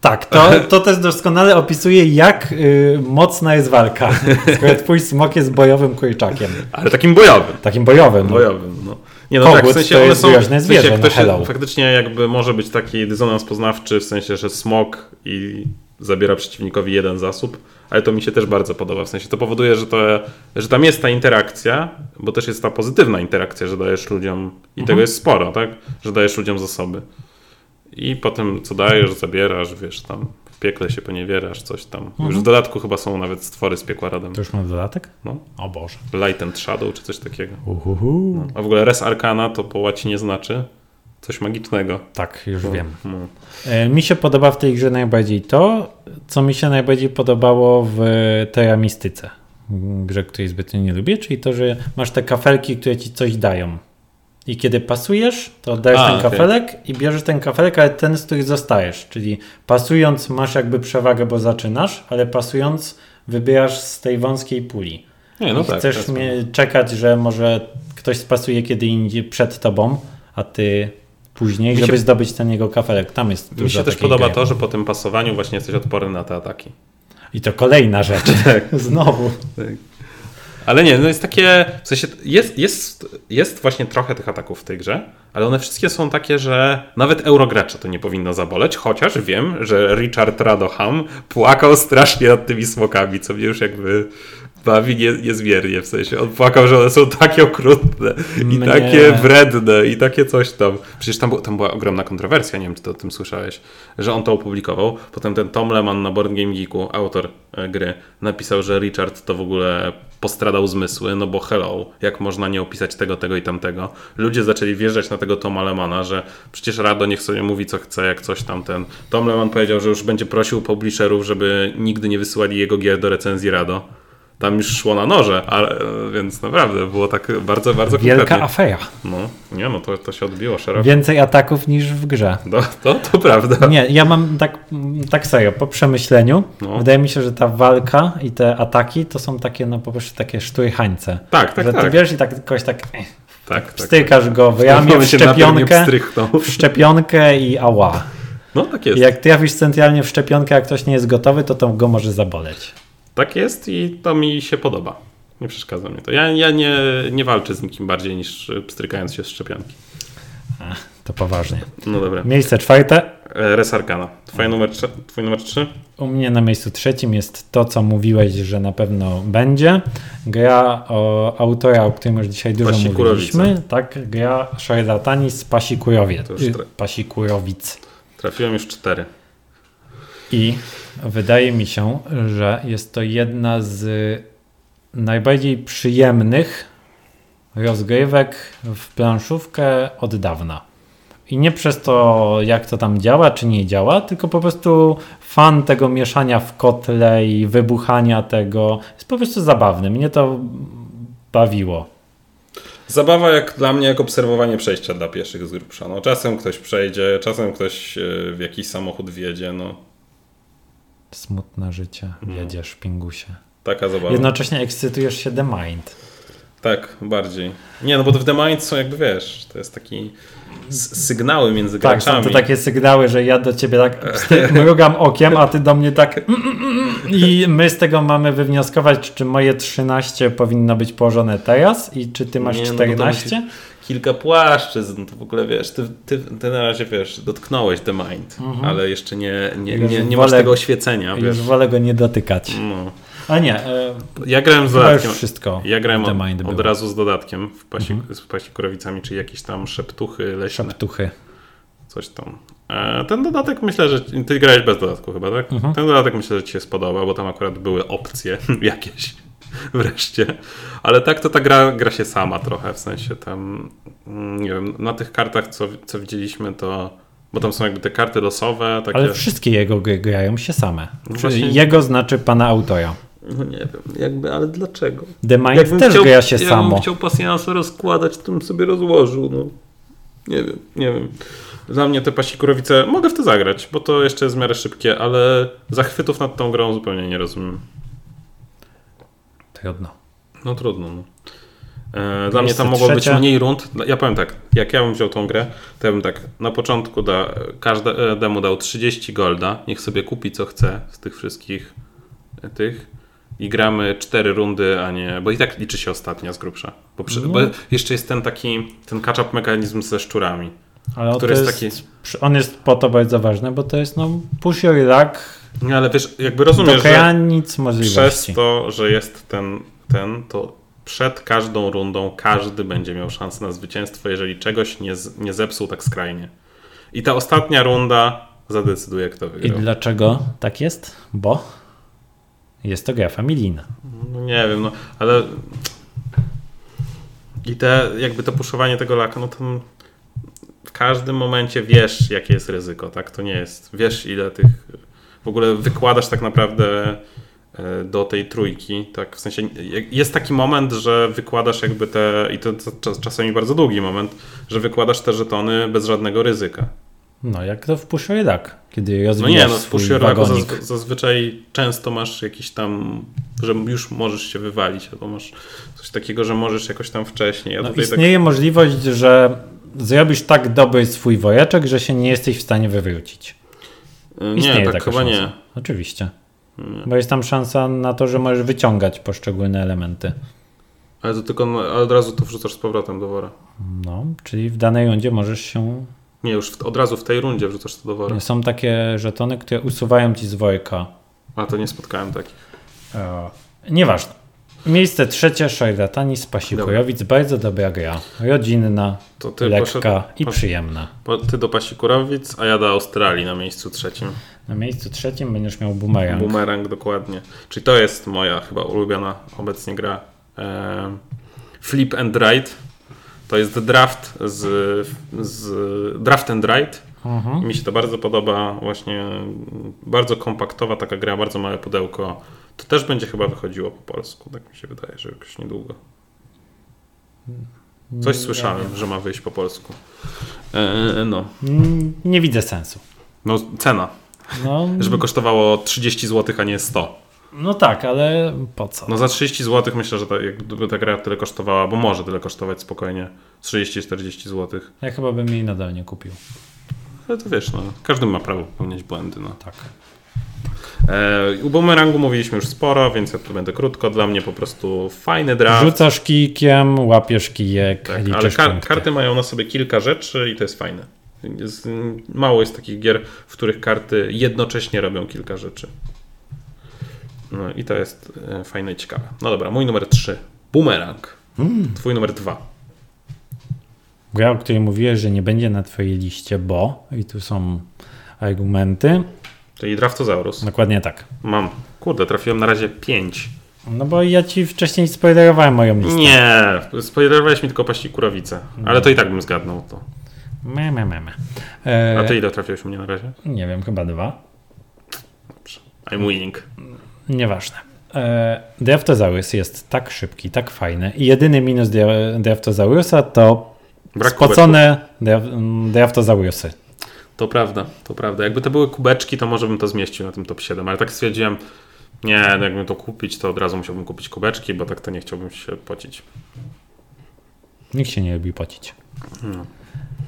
B: Tak, to, to też doskonale opisuje, jak y, mocna jest walka. Skoro twój smok jest bojowym kurczakiem.
A: Ale takim bojowym.
B: Takim bojowym. no.
A: Bojowym, no. Nie no
B: Kogut
A: tak, w
B: to
A: sensie one
B: jest
A: są.
B: groźne
A: w sensie,
B: zwierzę,
A: ktoś
B: no hello.
A: faktycznie jakby może być taki dysonans poznawczy, w sensie, że smok i zabiera przeciwnikowi jeden zasób, ale to mi się też bardzo podoba. W sensie to powoduje, że, to, że tam jest ta interakcja, bo też jest ta pozytywna interakcja, że dajesz ludziom i
B: Mhm.
A: tego jest sporo, tak? Że dajesz ludziom zasoby. I potem co dajesz, zabierasz, wiesz, tam w piekle się poniewierasz, coś tam. Już
B: Mhm.
A: w dodatku chyba są nawet stwory z piekła radem.
B: To już mam dodatek?
A: No.
B: O Boże.
A: Light and Shadow czy coś takiego.
B: Uhuhu.
A: A w ogóle res arcana to po łacinie znaczy coś magicznego.
B: Tak, już wiem.
A: Hmm.
B: E, Mi się podoba w tej grze najbardziej to, co mi się najbardziej podobało w Terra Mistyce. Grze, której zbytnio nie lubię, czyli to, że masz te kafelki, które ci coś dają. I kiedy pasujesz, to dajesz
A: A,
B: ten
A: okej.
B: kafelek i bierzesz ten kafelek, ale ten, z których zostajesz. Czyli pasując masz jakby przewagę, bo zaczynasz, ale pasując wybierasz z tej wąskiej puli.
A: Nie, no
B: I
A: tak.
B: chcesz
A: jasne.
B: mnie czekać, że może ktoś spasuje kiedy indziej przed tobą, a ty później,
A: Mi się-
B: żeby zdobyć ten jego kafelek. Tam jest
A: Mi
B: dużo
A: się też
B: takiej
A: podoba
B: gry.
A: to, że po tym pasowaniu właśnie jesteś odporny na te ataki.
B: I to kolejna rzecz.
A: Tak.
B: Znowu.
A: Ale nie, no jest takie, w sensie jest, jest, jest właśnie trochę tych ataków w tej grze, ale one wszystkie są takie, że nawet eurogracza to nie powinno zaboleć, chociaż wiem, że Richard Radoham płakał strasznie nad tymi smokami, co mnie już jakby bawi nie, niezmiernie, w sensie on płakał, że one są takie okrutne i
B: Mnie-
A: takie wredne i takie coś tam. Przecież tam, było- tam była ogromna kontrowersja, nie wiem, czy ty o tym słyszałeś, że on to opublikował, potem ten Tom Lehman na Board Game Geeku, autor e, gry, napisał, że Richard to w ogóle postradał zmysły, no bo hello, jak można nie opisać tego, tego i tamtego. Ludzie zaczęli wjeżdżać na tego Toma Lemana, że przecież Rado niech sobie mówi co chce, jak coś tam ten. Tom Lehman powiedział, że już będzie prosił publisherów, żeby nigdy nie wysyłali jego gier do recenzji Rado. Tam już szło na noże, ale, e, więc naprawdę było tak bardzo, bardzo
B: Wielka
A: konkretnie.
B: afera.
A: No, nie no, to, to się odbiło szeroko.
B: Więcej ataków niż w grze.
A: No, to, to prawda.
B: Nie, ja mam tak, mm, tak serio, po przemyśleniu.
A: No.
B: Wydaje mi się, że ta walka i te ataki to są takie, no po prostu takie sztujhańce.
A: Tak, tak,
B: że ty
A: tak.
B: bierzesz i tak kogoś tak eh,
A: Tak, tak.
B: wstykasz go w ramię, w
A: Znowu się na pewno
B: szczepionkę,
A: pstryknął.
B: w szczepionkę i ała.
A: No tak jest.
B: I jak trafisz centralnie w szczepionkę, a ktoś nie jest gotowy, to to go może zaboleć.
A: Tak jest i to mi się podoba. Nie przeszkadza mnie to. Ja, ja nie, nie walczę z nikim bardziej niż y, pstrykając się z szczepionki.
B: Ach, to poważnie.
A: No dobra.
B: Miejsce czwarte.
A: E, Res Arcana. Twoje numer, trze- twój numer 3?
B: U mnie na miejscu trzecim jest to, co mówiłeś, że na pewno będzie. Gra o autora, o którym już dzisiaj dużo
A: Pasikurowice.
B: mówiliśmy. Tak, gra Szarlatani z Pasikurowie.
A: To już
B: y,
A: tre-
B: Pasikurowic.
A: Trafiłem już 4.
B: I wydaje mi się, że jest to jedna z najbardziej przyjemnych rozgrywek w planszówkę od dawna. I nie przez to, jak to tam działa, czy nie działa, tylko po prostu fan tego mieszania w kotle i wybuchania tego jest po prostu zabawny. Mnie to bawiło.
A: Zabawa jak dla mnie, jak obserwowanie przejścia dla pieszych z grubsza. No, czasem ktoś przejdzie, czasem ktoś y, w jakiś samochód wjedzie. No,
B: Smutne życie, jedziesz, pingusie.
A: taka zabawa.
B: Jednocześnie ekscytujesz się The Mind.
A: Tak, bardziej. Nie, no bo w The Mind są jakby, wiesz, to jest taki s- sygnały między
B: Tak,
A: graczami.
B: są to takie sygnały, że ja do ciebie tak wsty- mrugam okiem, a ty do mnie tak mm, mm, mm. i my z tego mamy wywnioskować, czy moje 13 powinno być położone teraz i czy ty masz
A: Nie, no to
B: 14?
A: Kilka płaszczyzn, to w ogóle, wiesz, ty, ty, ty na razie, wiesz, dotknąłeś The Mind, ale jeszcze nie, nie,
B: Już
A: nie, nie masz
B: Mhm. wolę-
A: tego oświecenia, wiesz. Tak.
B: Już wolę go nie dotykać.
A: No.
B: A nie, e,
A: Ja grałem z
B: chyba już
A: dodatkiem.
B: wszystko.
A: Ja grałem
B: The
A: od,
B: Mind
A: od
B: było. Mhm.
A: razu z dodatkiem w pasik, z pasikurowicami, czy jakieś tam szeptuchy leśne,
B: Szeptuchy.
A: coś tam. E, Ten dodatek myślę, że ty grałeś bez dodatku chyba, tak?
B: Mhm.
A: Ten dodatek myślę, że ci się spodoba, bo tam akurat były opcje jakieś wreszcie. Ale tak to ta gra, gra się sama trochę, w sensie tam, mm, nie wiem, na tych kartach, co, co widzieliśmy, to, bo tam są jakby te karty losowe, takie...
B: Ale wszystkie jego gry grają się same.
A: No
B: Czy
A: właśnie-
B: Jego znaczy pana autora.
A: No nie wiem, jakby, ale dlaczego?
B: The Mind
A: Jakbym
B: też
A: chciał-
B: gra się
A: jakbym
B: samo.
A: chciał pasjansa rozkładać, to bym sobie rozłożył. No. Nie wiem, nie wiem. Dla mnie te pasikurowice, mogę w to zagrać, bo to jeszcze jest w miarę szybkie, ale zachwytów nad tą grą zupełnie nie rozumiem.
B: Trudno.
A: No trudno. No. E, Dla mnie
B: Jest
A: tam
B: to
A: mogło być
B: trzecia.
A: mniej rund. Dla- Ja powiem tak, jak ja bym wziął tą grę, to ja bym tak, na początku da, każdemu dał 30 golda, niech sobie kupi co chce z tych wszystkich e, tych i gramy 4 rundy, a nie, bo i tak liczy się ostatnia z grubsza. Bo,
B: No.
A: przy, bo jeszcze jest ten taki, ten catch-up mechanizm ze szczurami,
B: Ale
A: który
B: to
A: jest,
B: jest,
A: taki,
B: on jest po to bardzo ważny, bo to jest no push your luck
A: nie, ale wiesz, jakby
B: do
A: rozumiesz, że
B: granic
A: przez
B: możliwości.
A: to, że jest ten, ten, to przed każdą rundą każdy będzie miał szansę na zwycięstwo, jeżeli czegoś nie, z, nie zepsuł tak skrajnie. I ta ostatnia runda zadecyduje, kto
B: I
A: wygrał.
B: dlaczego tak jest? Bo jest to gra familijna.
A: No nie wiem, no ale. I te, jakby to puszowanie tego laka, no to w każdym momencie wiesz, jakie jest ryzyko, tak? To nie jest. Wiesz, ile tych. W ogóle wykładasz tak naprawdę e, do tej trójki, tak? W sensie je- jest taki moment, że wykładasz jakby te. I to czas- czasami bardzo długi moment, że wykładasz te żetony bez żadnego ryzyka.
B: No jak to w push your luck, kiedy
A: No
B: rozwijasz
A: nie, no w
B: swój
A: push your luck
B: wagonik.
A: zazwy- zazwyczaj często masz jakiś tam, że już możesz się wywalić, albo masz coś takiego, że możesz jakoś tam wcześniej. Ja
B: No,
A: tutaj tak-
B: istnieje możliwość, że zrobisz tak dobry swój wojeczek, że się nie jesteś w stanie wywrócić.
A: tak, y,
B: Istnieje
A: nie, tak
B: taka
A: chyba
B: szansa.
A: nie.
B: Oczywiście. Bo jest tam szansa na to, że możesz wyciągać poszczególne elementy.
A: Ale to tylko no, ale od razu to wrzucasz z powrotem do wora.
B: No, czyli w danej rundzie możesz się.
A: Nie, już w, od razu w tej rundzie wrzucasz to do wora.
B: Są takie żetony, które usuwają ci z wojka.
A: A to nie spotkałem takich.
B: E, Nieważne. Miejsce trzecie, Szajdatani z Pasikurowic. Bardzo dobra gra. Rodzinna,
A: To ty
B: lekka
A: poszedł-
B: i
A: posz-
B: przyjemna.
A: Bo ty do Pasikurowic, a ja do Australii na miejscu trzecim.
B: Na miejscu trzecim będziesz miał bumerang.
A: Bumerang, dokładnie. Czyli to jest moja chyba ulubiona obecnie gra. Em, Flip and Ride. To jest draft z, z Draft and Ride.
B: Mhm.
A: I Mi się to bardzo podoba. Właśnie mm, bardzo kompaktowa taka gra, bardzo małe pudełko. To też będzie chyba wychodziło po polsku, tak mi się wydaje, że jakoś niedługo. Coś słyszałem, że ma wyjść po polsku. E, no.
B: Mm, Nie widzę sensu.
A: no, cena.
B: No,
A: Żeby kosztowało 30 zł, a nie 100.
B: no tak, ale po co?
A: No za 30 zł myślę, że ta, jakby ta gra tyle kosztowała, bo może tyle kosztować spokojnie. 30-40 zł.
B: Ja chyba bym jej nadal nie kupił.
A: Ale to wiesz, no, każdy ma prawo popełniać błędy. No.
B: Tak.
A: E, u Bumerangu mówiliśmy już sporo, więc ja tu będę krótko. Dla mnie po prostu fajny draft.
B: Rzucasz kijkiem, łapiesz kijek,
A: tak,
B: liczysz
A: ale kar-
B: punkty.
A: karty mają na sobie kilka rzeczy i to jest fajne. Jest, mało jest takich gier, w których karty jednocześnie robią kilka rzeczy. No i to jest e, fajne i ciekawe. No dobra, mój numer 3. Bumerang. Twój numer 2.
B: Gra, o której mówiłeś, że nie będzie na twojej liście, bo i tu są argumenty.
A: Czyli Draftosaurus.
B: Dokładnie tak.
A: Mam. Kurde, trafiłem na razie 5.
B: No bo ja ci wcześniej spoilerowałem moją listę.
A: Nie, spoilerowałeś mi tylko paści kurowice. Ale to i tak bym zgadnął to.
B: Me, me, me, me.
A: A
B: E,
A: ty ile trafiłeś u mnie na razie?
B: Nie wiem, chyba dwa.
A: I'm winning.
B: Nieważne. E, Dreftozaurus jest tak szybki, tak fajny. I jedyny minus Dre- Dreftozaurusa to
A: Brak
B: spocone Dref- Dreftozaurusy.
A: To prawda, to prawda. Jakby to były kubeczki, to może bym to zmieścił na tym top 7, ale tak stwierdziłem, nie, no jakbym to kupić, to od razu musiałbym kupić kubeczki, bo tak to nie chciałbym się pocić.
B: Nikt się nie lubi pocić.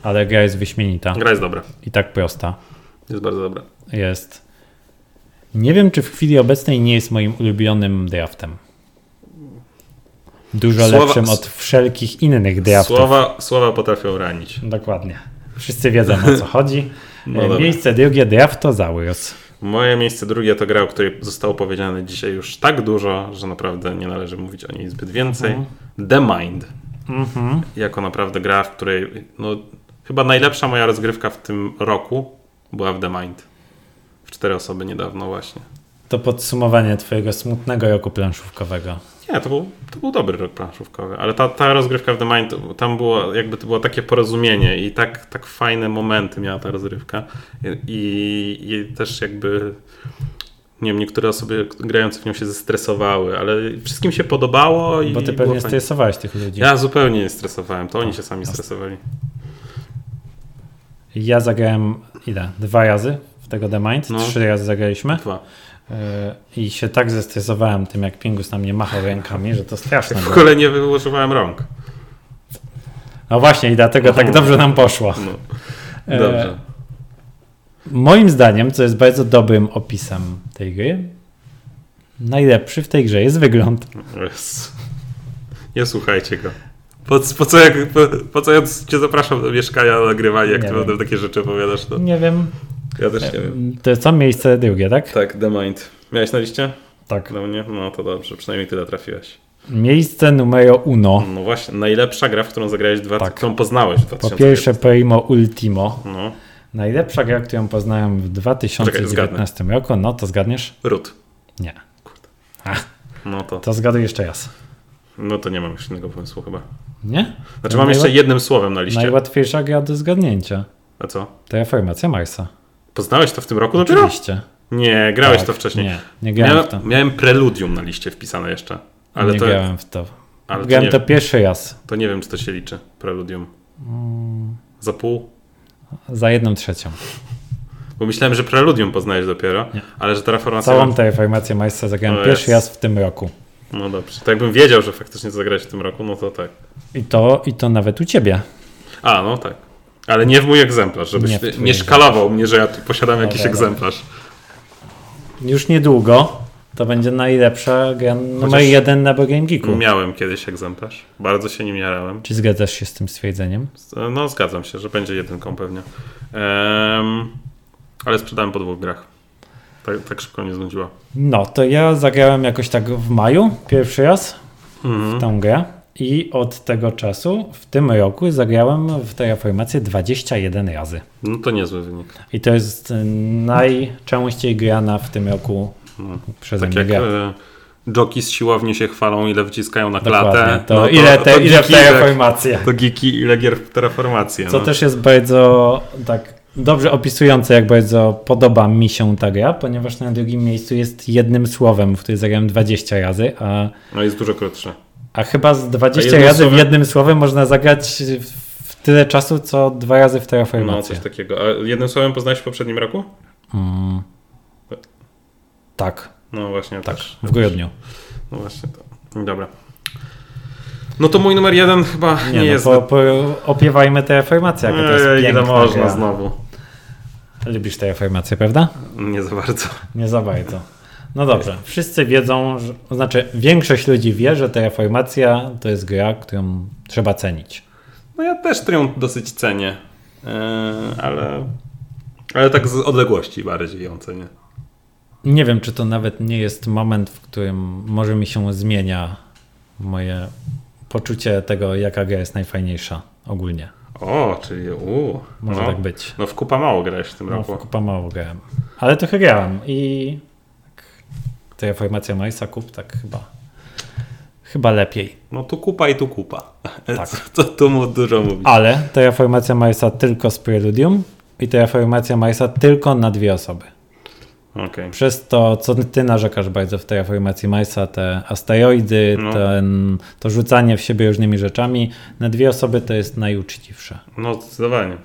B: Ale gra jest wyśmienita
A: Hmm. Gra jest dobra.
B: i tak prosta
A: Jest bardzo dobra.
B: jest. Nie wiem, czy w chwili obecnej nie jest moim ulubionym draftem. Dużo
A: Słowa-
B: lepszym od wszelkich innych draftów.
A: Słowa, słowa potrafią ranić.
B: Dokładnie. Wszyscy wiedzą o co chodzi.
A: No
B: E,
A: dobra.
B: Miejsce drugie draftozaurus.
A: Moje miejsce drugie to gra, o której zostało powiedziane dzisiaj już tak dużo, że naprawdę nie należy mówić o niej zbyt więcej. The Mind.
B: Mhm.
A: Jako naprawdę gra, w której no, chyba najlepsza moja rozgrywka w tym roku była w The Mind. W cztery osoby niedawno właśnie.
B: To podsumowanie twojego smutnego roku planszówkowego.
A: Nie, to był, to był dobry rok planszówkowy, ale ta, ta rozgrywka w The Mind, tam było jakby to było takie porozumienie i tak, tak fajne momenty miała ta rozgrywka i, i też jakby nie wiem, niektóre osoby grające w nią się zestresowały, ale wszystkim się podobało i
B: Bo ty
A: było
B: pewnie
A: fajnie.
B: No. stresowałeś tych ludzi.
A: Ja zupełnie nie stresowałem, to oni się sami
B: Jasne.
A: stresowali.
B: Ja zagrałem ile? Dwa razy w tego The Mind.
A: No.
B: Trzy razy zagraliśmy.
A: Dwa.
B: E, I się tak zestresowałem tym, jak Pingus na mnie machał rękami, że to straszne
A: W
B: było.
A: ogóle nie wyłożywałem rąk.
B: No właśnie, i dlatego tak dobrze nam poszło.
A: No.
B: E,
A: Dobrze.
B: Moim zdaniem, co jest bardzo dobrym opisem tej gry, najlepszy w tej grze jest wygląd.
A: No. Yes. Nie słuchajcie go. Po, po, co, jak, po, po co ja cię zapraszam do mieszkania na nagrywanie, jak
B: Nie
A: ty
B: wiem.
A: potem takie rzeczy opowiadasz? To
B: Nie wiem.
A: ja też nie wiem.
B: E, To jest co miejsce drugie, tak?
A: Tak, The Mind. Miałeś na liście?
B: Tak.
A: Do mnie? No to dobrze, przynajmniej tyle trafiłeś.
B: Miejsce numero uno.
A: No właśnie, najlepsza gra, w którą zagrałeś, dwa,
B: Tak.
A: którą poznałeś w
B: Po
A: 2000.
B: pierwsze primo ultimo.
A: No,
B: Najlepsza gra, którą poznałem w 2019 roku. No to zgadniesz?
A: Ród.
B: Nie.
A: No to,
B: To zgaduj jeszcze raz.
A: no to nie mam już innego pomysłu chyba.
B: Nie?
A: Znaczy mam jeszcze jednym słowem na liście.
B: Najłatwiejsza gra do zgadnięcia.
A: A co?
B: Terraformacja Marsa.
A: Poznałeś No to w tym roku dopiero?
B: Oczywiście.
A: Nie, grałeś
B: Tak,
A: to wcześniej.
B: Nie, nie grałem
A: Miałem,
B: w to.
A: miałem preludium na liście wpisane jeszcze. Ale
B: nie
A: to,
B: grałem w to.
A: ale to
B: grałem
A: nie,
B: to pierwszy raz.
A: To nie wiem, czy to się liczy. Preludium.
B: Mm.
A: Za pół?
B: Za jedną trzecią.
A: Bo myślałem, że preludium poznajesz dopiero,
B: Nie.
A: ale że terraformacja.
B: Całą tę informację Majstra zagrałem
A: No
B: pierwszy
A: jest.
B: raz w tym roku.
A: No dobrze. To jakbym wiedział, że faktycznie to zagrałeś w tym roku, no to tak.
B: I to, I to nawet u ciebie.
A: A, no tak. Ale nie w mój egzemplarz, żebyś
B: Nie
A: nie,
B: w twój
A: nie szkalował mnie, że ja tu posiadam jakiś
B: dobra.
A: egzemplarz.
B: Już niedługo to będzie najlepsza gra numer
A: Chociaż-
B: jeden na Game Geeku.
A: Miałem kiedyś egzemplarz. Bardzo się nim jarałem.
B: Czy zgadzasz się z tym stwierdzeniem?
A: No zgadzam się, że będzie jedynką pewnie. Em, ale sprzedałem po dwóch grach. Tak, tak szybko mnie znudziła.
B: No, to ja zagrałem jakoś tak w maju pierwszy raz w
A: Mhm.
B: tą grę. I od tego czasu, w tym roku, zagrałem w Terraformację 21 razy.
A: No to niezły wynik.
B: I to jest y, najczęściej grana w tym roku
A: No.
B: przeze
A: Tak
B: mnie
A: jak
B: gra.
A: e, joki z siłowni się chwalą, ile wciskają na klatę.
B: Dokładnie. To,
A: no
B: ile, te, ile w
A: geeki, tak.
B: Terraformacja.
A: To geeki, ile gier w terraformację.
B: Co
A: no.
B: też jest bardzo tak dobrze opisujące, jak bardzo podoba mi się ta gra, ponieważ na drugim miejscu jest jednym słowem, w którym zagrałem 20 razy, a,
A: No jest dużo krótsze.
B: a chyba z 20
A: jednym
B: razy
A: słowem-
B: w jednym słowem można zagrać w- w tyle czasu, co dwa razy w
A: No
B: Terraformację.
A: coś takiego. A jednym słowem poznałeś w poprzednim roku?
B: mm. Tak,
A: No właśnie
B: tak,
A: też.
B: w grudniu.
A: No właśnie to. Dobra. No to mój numer jeden chyba nie,
B: Nie, no,
A: jest.
B: po, po, opiewajmy Terraformację, jaka to jest
A: Ej, ile
B: piękna
A: można
B: gra.
A: znowu.
B: Lubisz Terraformację, prawda?
A: Nie za bardzo.
B: Nie za bardzo. No dobrze, wszyscy wiedzą, że, to znaczy większość ludzi wie, że Terraformacja to jest gra, którą trzeba cenić.
A: No ja też ją dosyć cenię. Yy, ale. Ale tak z odległości bardziej ją cenię.
B: Nie wiem, czy to nawet nie jest moment, w którym może mi się zmienia moje poczucie tego, jaka gra jest najfajniejsza ogólnie.
A: O, czyli u.
B: Może
A: no.
B: tak być.
A: No w kupa mało grałeś w tym
B: No, w
A: roku.
B: kupa mało grałem. Ale trochę grałem i tak, Terraformacja Majsa kup, tak chyba, chyba lepiej.
A: No tu kupa i tu kupa.
B: Tak.
A: Co tu mu dużo mówić?
B: Ale Terraformacja Marsa tylko z Preludium i Terraformacja Marsa tylko na dwie osoby.
A: Okej.
B: Przez to, co ty narzekasz bardzo w Terraformacji Marsa, te asteroidy,
A: No.
B: ten, to rzucanie w siebie różnymi rzeczami, na dwie osoby to jest najuczciwsze.
A: No zdecydowanie.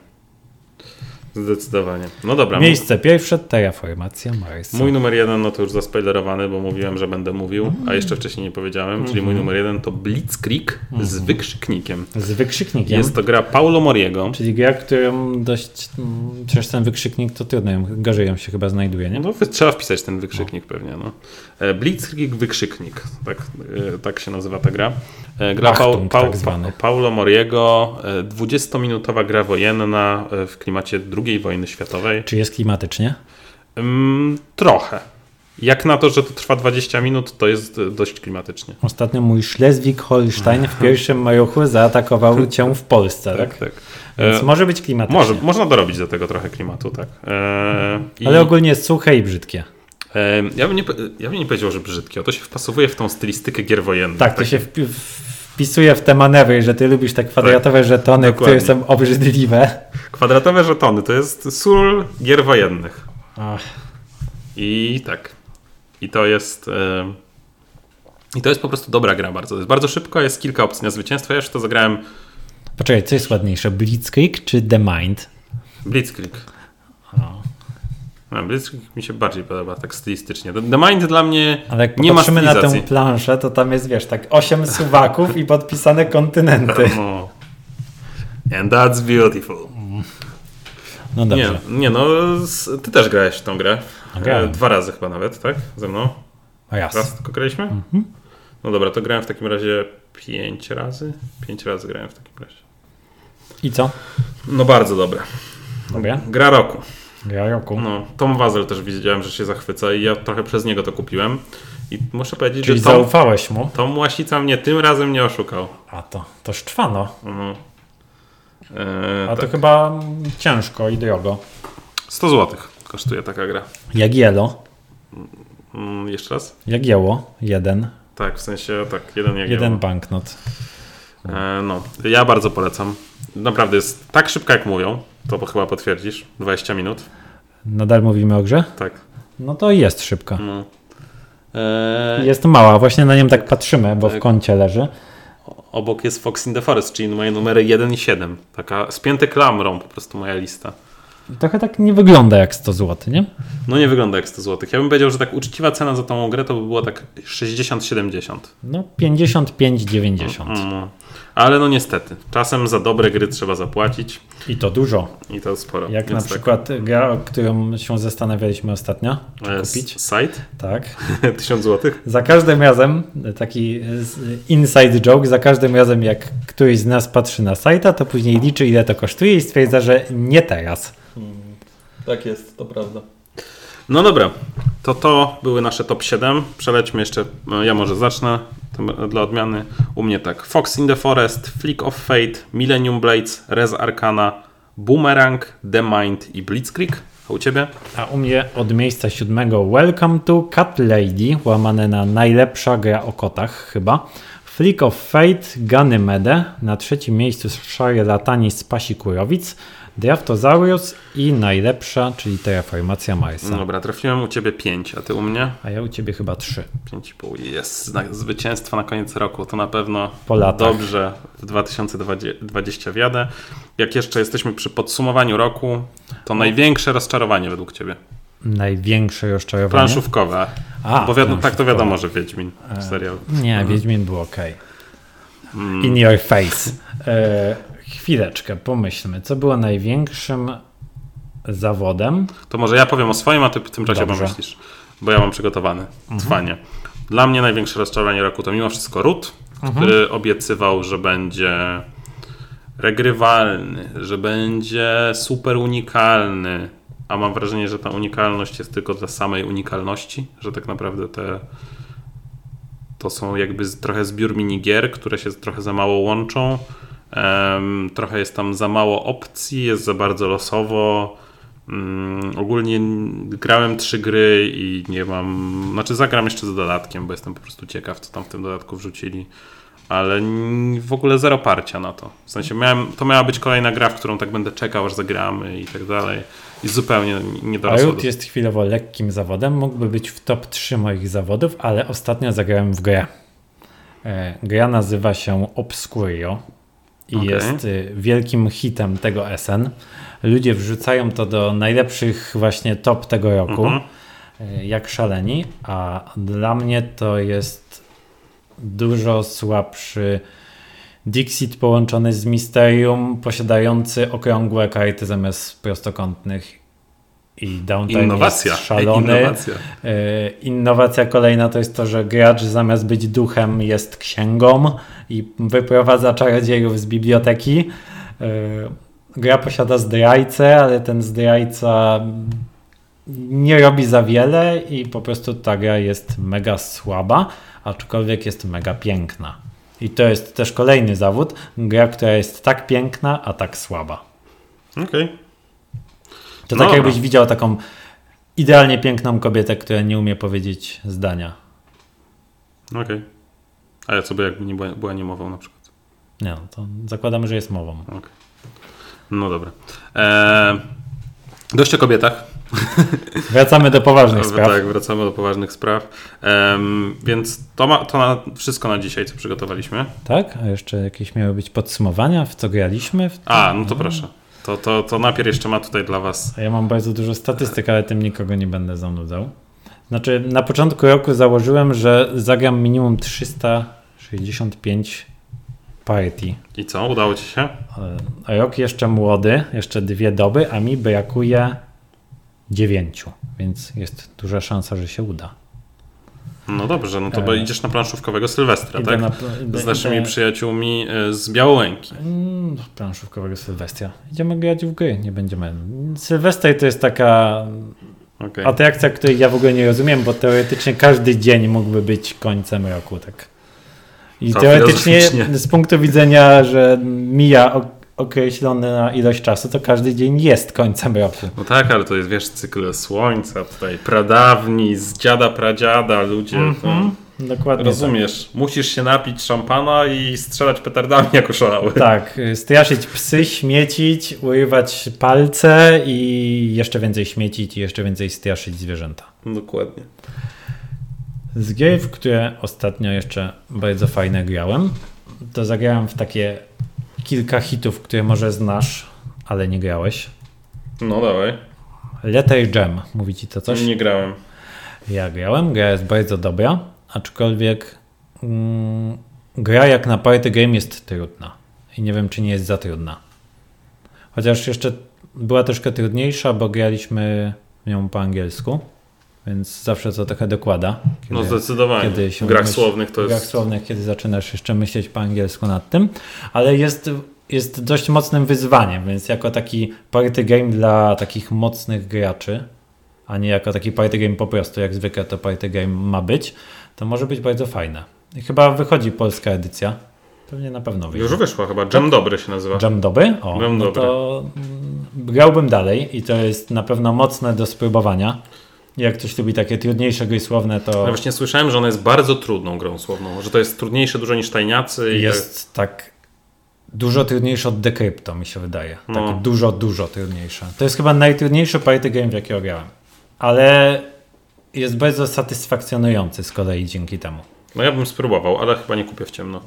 A: Zdecydowanie. No dobra.
B: Miejsce pierwsze, terraformacja Marsa.
A: Mój numer jeden, no to już zaspoilerowany, bo mówiłem, że będę mówił, a jeszcze wcześniej nie powiedziałem, czyli
B: Mhm.
A: mój numer jeden to Blitzkrieg z wykrzyknikiem.
B: Z wykrzyknikiem.
A: Jest to gra Paulo Moriego.
B: Czyli gra, którą dość. mm, Przecież ten wykrzyknik to trudno, ją- gorzej ją się chyba znajduje, nie?
A: No, wy- trzeba wpisać ten wykrzyknik pewnie. No. E, Blitzkrieg wykrzyknik, tak, e, tak się nazywa ta gra. E, Gra
B: Achtung,
A: Pau,
B: tak zwany.
A: Paulo Moriego, e, 20-minutowa gra wojenna e, w klimacie II wojny światowej.
B: Czy jest klimatycznie?
A: Mm, trochę. Jak na to, że to trwa 20 minut, to jest e, dość klimatycznie.
B: Ostatnio mój Schleswig-Holstein w pierwszym majuchu zaatakował cię w Polsce, tak?
A: Tak, tak.
B: Więc
A: E,
B: może być klimatycznie.
A: Może, można dorobić do tego trochę klimatu, tak. E, i,
B: Ale ogólnie jest suche i brzydkie.
A: e, ja, bym nie, po- ja bym nie powiedział, że brzydkie. To się wpasowuje w tą stylistykę gier wojennych.
B: Tak, to się wpi- wpisuje w te manewry, że ty lubisz te kwadratowe żetony,
A: Tak, Dokładnie.
B: które są obrzydliwe.
A: Kwadratowe żetony to jest sól gier wojennych.
B: Ach,
A: I tak. I to jest. e, I to jest po prostu dobra gra bardzo. To Jest bardzo szybko, jest kilka opcji na zwycięstwo. Ja już to zagrałem
B: Poczekaj, co jest ładniejsze, Blitzkrieg czy The Mind?
A: Blitzkrieg. No, Blitzkrieg mi się bardziej podoba, tak stylistycznie. The The Mind dla mnie
B: Ale jak
A: nie ma
B: patrzymy na tę
A: stylizacji.
B: planszę, to tam jest, wiesz, tak osiem suwaków i podpisane kontynenty.
A: No. And that's beautiful.
B: No dobrze.
A: Nie, nie, no s- ty też grałeś w tą grę.
B: No, grałem.
A: E, Dwa razy chyba nawet, tak? Ze mną?
B: O jas.
A: Raz tylko graliśmy? No dobra, to grałem w takim razie pięć razy. Pięć razy grałem w takim razie.
B: I co?
A: No bardzo dobra.
B: Dobra.
A: Gra roku.
B: Ja roku.
A: No, Tom Wazel też widziałem, że się zachwyca i ja trochę przez niego to kupiłem. I muszę powiedzieć,
B: Czyli
A: że Tom,
B: zaufałeś mu?
A: Tom Łasica mnie tym razem nie oszukał.
B: A to, to szczwano.
A: No. E,
B: A to
A: tak.
B: chyba mm, ciężko i drogo.
A: 100 zł kosztuje taka gra.
B: Jagielo.
A: Mm, jeszcze raz?
B: Jagieło. Jeden.
A: Tak, w sensie tak, jeden jak
B: Jeden banknot.
A: E, No, ja bardzo polecam. Naprawdę jest tak szybka, jak mówią. To chyba potwierdzisz. 20 minut.
B: Nadal mówimy o grze?
A: Tak.
B: No to jest szybka.
A: No. E,
B: Jest mała, właśnie na nim tak patrzymy, bo w kącie leży.
A: Obok jest Fox in the Forest, czyli moje numery 1 i 7. Taka spięte klamrą po prostu moja lista.
B: Trochę tak nie wygląda jak 100 zł, nie?
A: No nie wygląda jak 100 zł. Ja bym powiedział, że tak uczciwa cena za tą grę to by było tak 60-70.
B: No 55,90.
A: No. Ale no niestety, czasem za dobre gry trzeba zapłacić
B: I to dużo.
A: i to sporo.
B: Jak na
A: Więc
B: przykład gra, o którą się zastanawialiśmy ostatnio,
A: tak, e,
B: czy kupić.
A: Site?
B: Tak.
A: 1000 zł?
B: Za każdym razem, taki z- inside joke, za każdym razem jak któryś z nas patrzy na sajta, to później liczy ile to kosztuje i stwierdza, że nie teraz.
A: Tak jest, to prawda. No dobra, to to były nasze top 7. Przelećmy jeszcze, no, ja może zacznę tym, dla odmiany. U mnie tak, Fox in the Forest, Flick of Fate, Millennium Blades, Res Arcana, Boomerang, The Mind i Blitzkrieg. A u Ciebie?
B: A u mnie od miejsca siódmego Welcome to Cat Lady, łamane na najlepsza gra o kotach chyba. Flick of Fate, Ganymede, na trzecim miejscu Szary Latani z Pasi Kurowic, Draftosaurus i najlepsza, czyli Terraformacja Marsa.
A: No dobra, trafiłem u Ciebie 5, a Ty u mnie?
B: A ja u ciebie chyba trzy.
A: 5,5. Jest znak zwycięstwo na koniec roku, to na pewno
B: Po latach.
A: dobrze w 2020 wjadę. Jak jeszcze jesteśmy przy podsumowaniu roku, to największe rozczarowanie według Ciebie?
B: Największe rozczarowanie.
A: Planszówkowe.
B: A,
A: Bo wiadomo, tak to
B: planszówkowe.
A: wiadomo, że Wiedźmin serial.
B: Nie, Wiedźmin był ok. In your face. E, chwileczkę, pomyślmy, co było największym zawodem.
A: To może ja powiem o swoim, a ty w tym czasie
B: Dobrze. Mhm.
A: pomyślisz. Bo ja mam przygotowany. Trwanie. Dla mnie największe rozczarowanie roku to mimo wszystko Rut,
B: Mhm.
A: który obiecywał, że będzie regrywalny, że będzie super unikalny. A mam wrażenie, że ta unikalność jest tylko dla samej unikalności, że tak naprawdę te to są jakby z- trochę zbiór minigier, które się trochę za mało łączą. Em, trochę jest tam za mało opcji, jest za bardzo losowo. Mm, ogólnie n- grałem trzy gry i nie mam. Znaczy, zagram jeszcze z dodatkiem, bo jestem po prostu ciekaw, co tam w tym dodatku wrzucili. Ale n- w ogóle zero parcia na to. W sensie miałem, to miała być kolejna gra, w którą tak będę czekał, aż zagramy i tak dalej. I zupełnie n- nie dorosło.
B: Root
A: Do...
B: jest chwilowo lekkim zawodem, mógłby być w top 3 moich zawodów, ale ostatnio zagrałem w grę. E, Gra nazywa się Obscurio. i
A: Okej.
B: jest y, wielkim hitem tego SN. Ludzie wrzucają to do najlepszych właśnie top tego roku,
A: Mhm.
B: y, jak szaleni, a dla mnie to jest dużo słabszy Dixit połączony z Mysterium, posiadający okrągłe kajty zamiast prostokątnych i downtime
A: Innowacja.
B: jest szalony.
A: Innowacja.
B: Yy, Innowacja kolejna to jest to, że gracz zamiast być duchem jest księgą i wyprowadza czarodziejów z biblioteki. Yy, Gra posiada zdrajcę, ale ten zdrajca nie robi za wiele i po prostu ta gra jest mega słaba, aczkolwiek jest mega piękna. I to jest też kolejny zawód, gra, która jest tak piękna, a tak słaba.
A: Okej.
B: To
A: No
B: tak
A: dobra.
B: jakbyś widział taką idealnie piękną kobietę, która nie umie powiedzieć zdania.
A: Okej. A ja sobie jakby nie była, była niemową na przykład.
B: Nie, no to zakładamy, że jest mową.
A: Okej. No dobra. Eee, dość o kobietach.
B: Wracamy do poważnych spraw.
A: Tak, wracamy do poważnych spraw. Em, więc to, ma, to na, wszystko na dzisiaj, co przygotowaliśmy.
B: Tak? A jeszcze jakieś miały być podsumowania, w co graliśmy? W...
A: A, no to proszę. To, to, to napier jeszcze ma tutaj dla was.
B: A ja mam bardzo dużo statystyk, ale tym nikogo nie będę zanudzał. Znaczy, na początku roku założyłem, że zagram minimum 365 partii.
A: I co? Udało ci się?
B: E, Rok jeszcze młody, jeszcze dwie doby, a mi brakuje dziewięciu, więc jest duża szansa, że się uda.
A: No dobrze, no to bo
B: Eee.
A: idziesz na planszówkowego Sylwestra,
B: Idę
A: tak?
B: na Ehm. pl- idę-
A: Z naszymi
B: idę-
A: przyjaciółmi e, z Białołęki.
B: Mm, Planszówkowego Sylwestra. Idziemy grać w gry, nie będziemy. Sylwester to jest taka
A: Okej.
B: atrakcja, której ja w ogóle nie rozumiem, bo teoretycznie każdy dzień mógłby być końcem roku, tak. I
A: To
B: teoretycznie
A: filozoficznie.
B: z punktu widzenia, że mija ok- określona ilość czasu, to każdy dzień jest końcem roku.
A: No tak, ale to jest, wiesz, cykl słońca tutaj, pradawni, z dziada pradziada, ludzie.
B: Mhm.
A: To...
B: Dokładnie. tak.
A: Rozumiesz, musisz się napić szampana i strzelać petardami jako szalały.
B: Tak, y, straszyć psy, śmiecić, urywać palce i jeszcze więcej śmiecić i jeszcze więcej straszyć zwierzęta.
A: Dokładnie.
B: Z gier, w które ostatnio jeszcze bardzo fajne grałem, to zagrałem w takie kilka hitów, które może znasz, ale nie grałeś.
A: No dawaj.
B: Letter Jam, mówi ci to coś?
A: Nie grałem.
B: Ja grałem, gra jest bardzo dobra, aczkolwiek mm, gra jak na party game jest trudna. I nie wiem, czy nie jest za trudna. Chociaż jeszcze była troszkę trudniejsza, bo graliśmy w nią po angielsku, więc zawsze to trochę dokłada.
A: No
B: kiedy-
A: zdecydowanie.
B: kiedy się
A: w grach
B: myśl-
A: słownych to
B: w grach
A: jest.
B: słownych, kiedy zaczynasz jeszcze myśleć po angielsku nad tym, ale jest, jest dość mocnym wyzwaniem, więc jako taki party game dla takich mocnych graczy, a nie jako taki party game po prostu, jak zwykle to party game ma być, to może być bardzo fajne. I chyba wychodzi polska edycja. Pewnie na pewno wyjdzie.
A: Już wyszła chyba. Jam dobry się nazywa.
B: Tak. Jam doby? O,
A: Jam
B: no
A: dobry.
B: to mm, grałbym dalej i to jest na pewno mocne do spróbowania. Jak ktoś lubi takie trudniejsze gry słowne, to...
A: Ja właśnie słyszałem, że ona jest bardzo trudną grą słowną, że to jest trudniejsze dużo niż tajniacy i tak.
B: jest tak dużo trudniejsze od Decrypto, mi się wydaje.
A: No.
B: Tak dużo, dużo trudniejsze. To jest chyba najtrudniejszy party game, w jakiego grałem. Ale jest bardzo satysfakcjonujący z kolei dzięki temu.
A: No ja bym spróbował, ale chyba nie kupię w ciemno.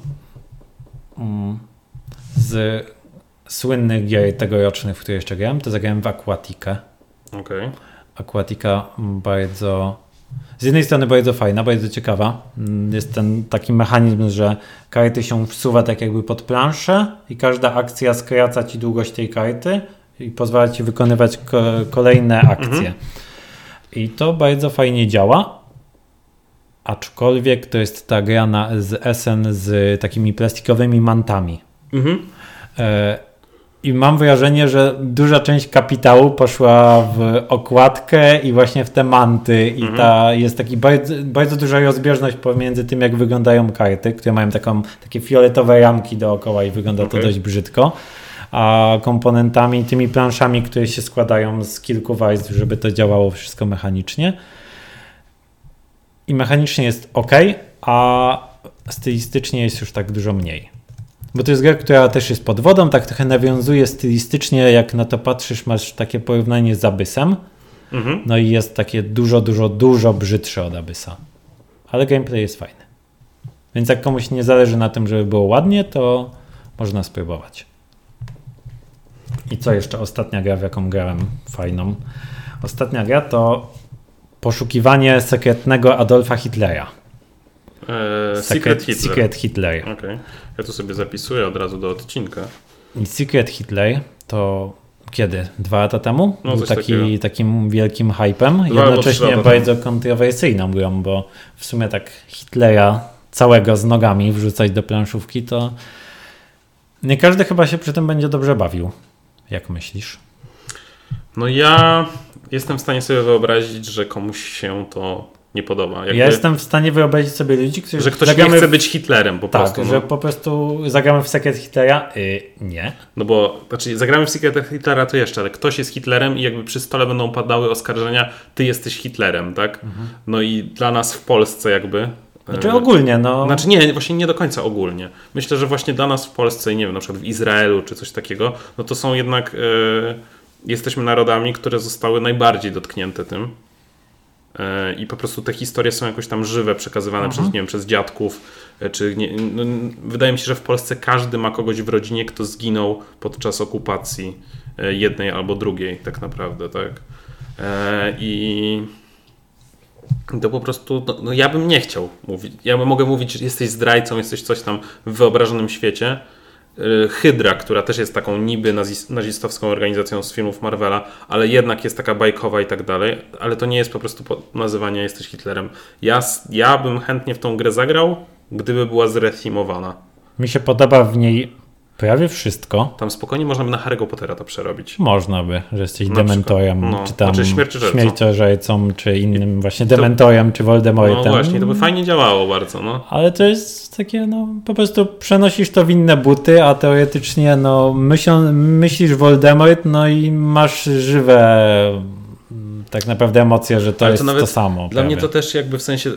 B: Z słynnych gier tegorocznych, w które jeszcze grałem, to zagrałem w Aquatikę.
A: Okej.
B: Aquatica bardzo. Z jednej strony bardzo fajna, bardzo ciekawa. Mm, Jest ten taki mechanizm, że karty się wsuwa tak jakby pod planszę i każda akcja skraca ci długość tej karty i pozwala ci wykonywać ko- kolejne akcje. I to bardzo fajnie działa. Aczkolwiek to jest ta gra na, z SN z takimi plastikowymi mantami.
A: Mhm.
B: E, I mam wrażenie, że duża część kapitału poszła w okładkę i właśnie w te manty. I ta jest taki bardzo, bardzo duża rozbieżność pomiędzy tym, jak wyglądają karty, które mają taką, takie fioletowe ramki dookoła i wygląda
A: Okej.
B: to dość brzydko. A komponentami, tymi planszami, które się składają z kilku warstw, żeby to działało wszystko mechanicznie. I mechanicznie jest ok, a stylistycznie jest już tak dużo mniej. Bo to jest gra, która też jest pod wodą, tak trochę nawiązuje stylistycznie, jak na to patrzysz, masz takie porównanie z Abysem.
A: Mhm.
B: No i jest takie dużo, dużo, dużo brzydsze od Abysa. Ale gameplay jest fajny. Więc jak komuś nie zależy na tym, żeby było ładnie, to Można spróbować. I co jeszcze ostatnia gra, w jaką grałem fajną? Ostatnia gra to poszukiwanie sekretnego Adolfa Hitlera.
A: Eee, Secret Hitler.
B: Secret Hitler.
A: Okej. Ja tu sobie zapisuję od razu do odcinka.
B: I Secret Hitler to kiedy? Dwa lata temu?
A: No,
B: Był
A: coś
B: taki,
A: takiego.
B: takim wielkim hypem,
A: Dwa albo trzy
B: jednocześnie
A: lata
B: bardzo kontrowersyjną grą, bo w sumie tak Hitlera całego z nogami wrzucać do planszówki, to nie każdy chyba się przy tym będzie dobrze bawił. Jak myślisz?
A: No ja jestem w stanie sobie wyobrazić, że komuś się to nie podoba. Jakby,
B: Ja jestem w stanie wyobrazić sobie ludzi, którzy
A: że ktoś nie
B: zagramy
A: chce
B: w...
A: być Hitlerem po
B: Tak,
A: prostu.
B: że
A: No.
B: po prostu zagramy w Secret Hitlera? Y, nie.
A: no bo znaczy, zagramy w Secret Hitlera to jeszcze, ale ktoś jest Hitlerem i jakby przy stole będą padały oskarżenia, ty jesteś Hitlerem, tak? No i dla nas w Polsce jakby.
B: Znaczy
A: e,
B: ogólnie, no.
A: Znaczy nie, właśnie nie do końca ogólnie. Myślę, że właśnie dla nas w Polsce, i nie wiem, na przykład w Izraelu czy coś takiego, no to są jednak, e, jesteśmy narodami, które zostały najbardziej dotknięte tym. E, I po prostu te historie są jakoś tam żywe, przekazywane przez, nie wiem, przez dziadków. e, Czy nie, no, n- wydaje mi się, że w Polsce każdy ma kogoś w rodzinie, kto zginął podczas okupacji e, jednej albo drugiej, tak naprawdę, tak. E, I to po prostu, no, no ja bym nie chciał mówić. Ja bym- mogę mówić, że jesteś zdrajcą, jesteś coś tam w wyobrażonym świecie. Yy, Hydra, która też jest taką niby nazis- nazistowską organizacją z filmów Marvela, ale jednak jest taka bajkowa i tak dalej, ale to nie jest po prostu po- nazywanie jesteś Hitlerem. Ja, s- ja bym chętnie w tą grę zagrał, gdyby była zrefimowana.
B: Mi się podoba w niej prawie wszystko.
A: Tam spokojnie można by na Harry'ego Pottera to przerobić.
B: Można by, że jesteś
A: Na
B: dementorem,
A: przykład. No,
B: czy tam
A: znaczy śmierciożercą.
B: śmierciożercą, czy innym właśnie dementorem, czy
A: No
B: Voldemortem.
A: właśnie, to by fajnie działało bardzo, no.
B: Ale to jest takie, no po prostu przenosisz to w inne buty, a teoretycznie no myśl, myślisz Voldemort, no i masz żywe mm, tak naprawdę emocje, że to
A: Ale to
B: jest to,
A: nawet
B: samo.
A: Dla mnie
B: prawie.
A: to też jakby w sensie y,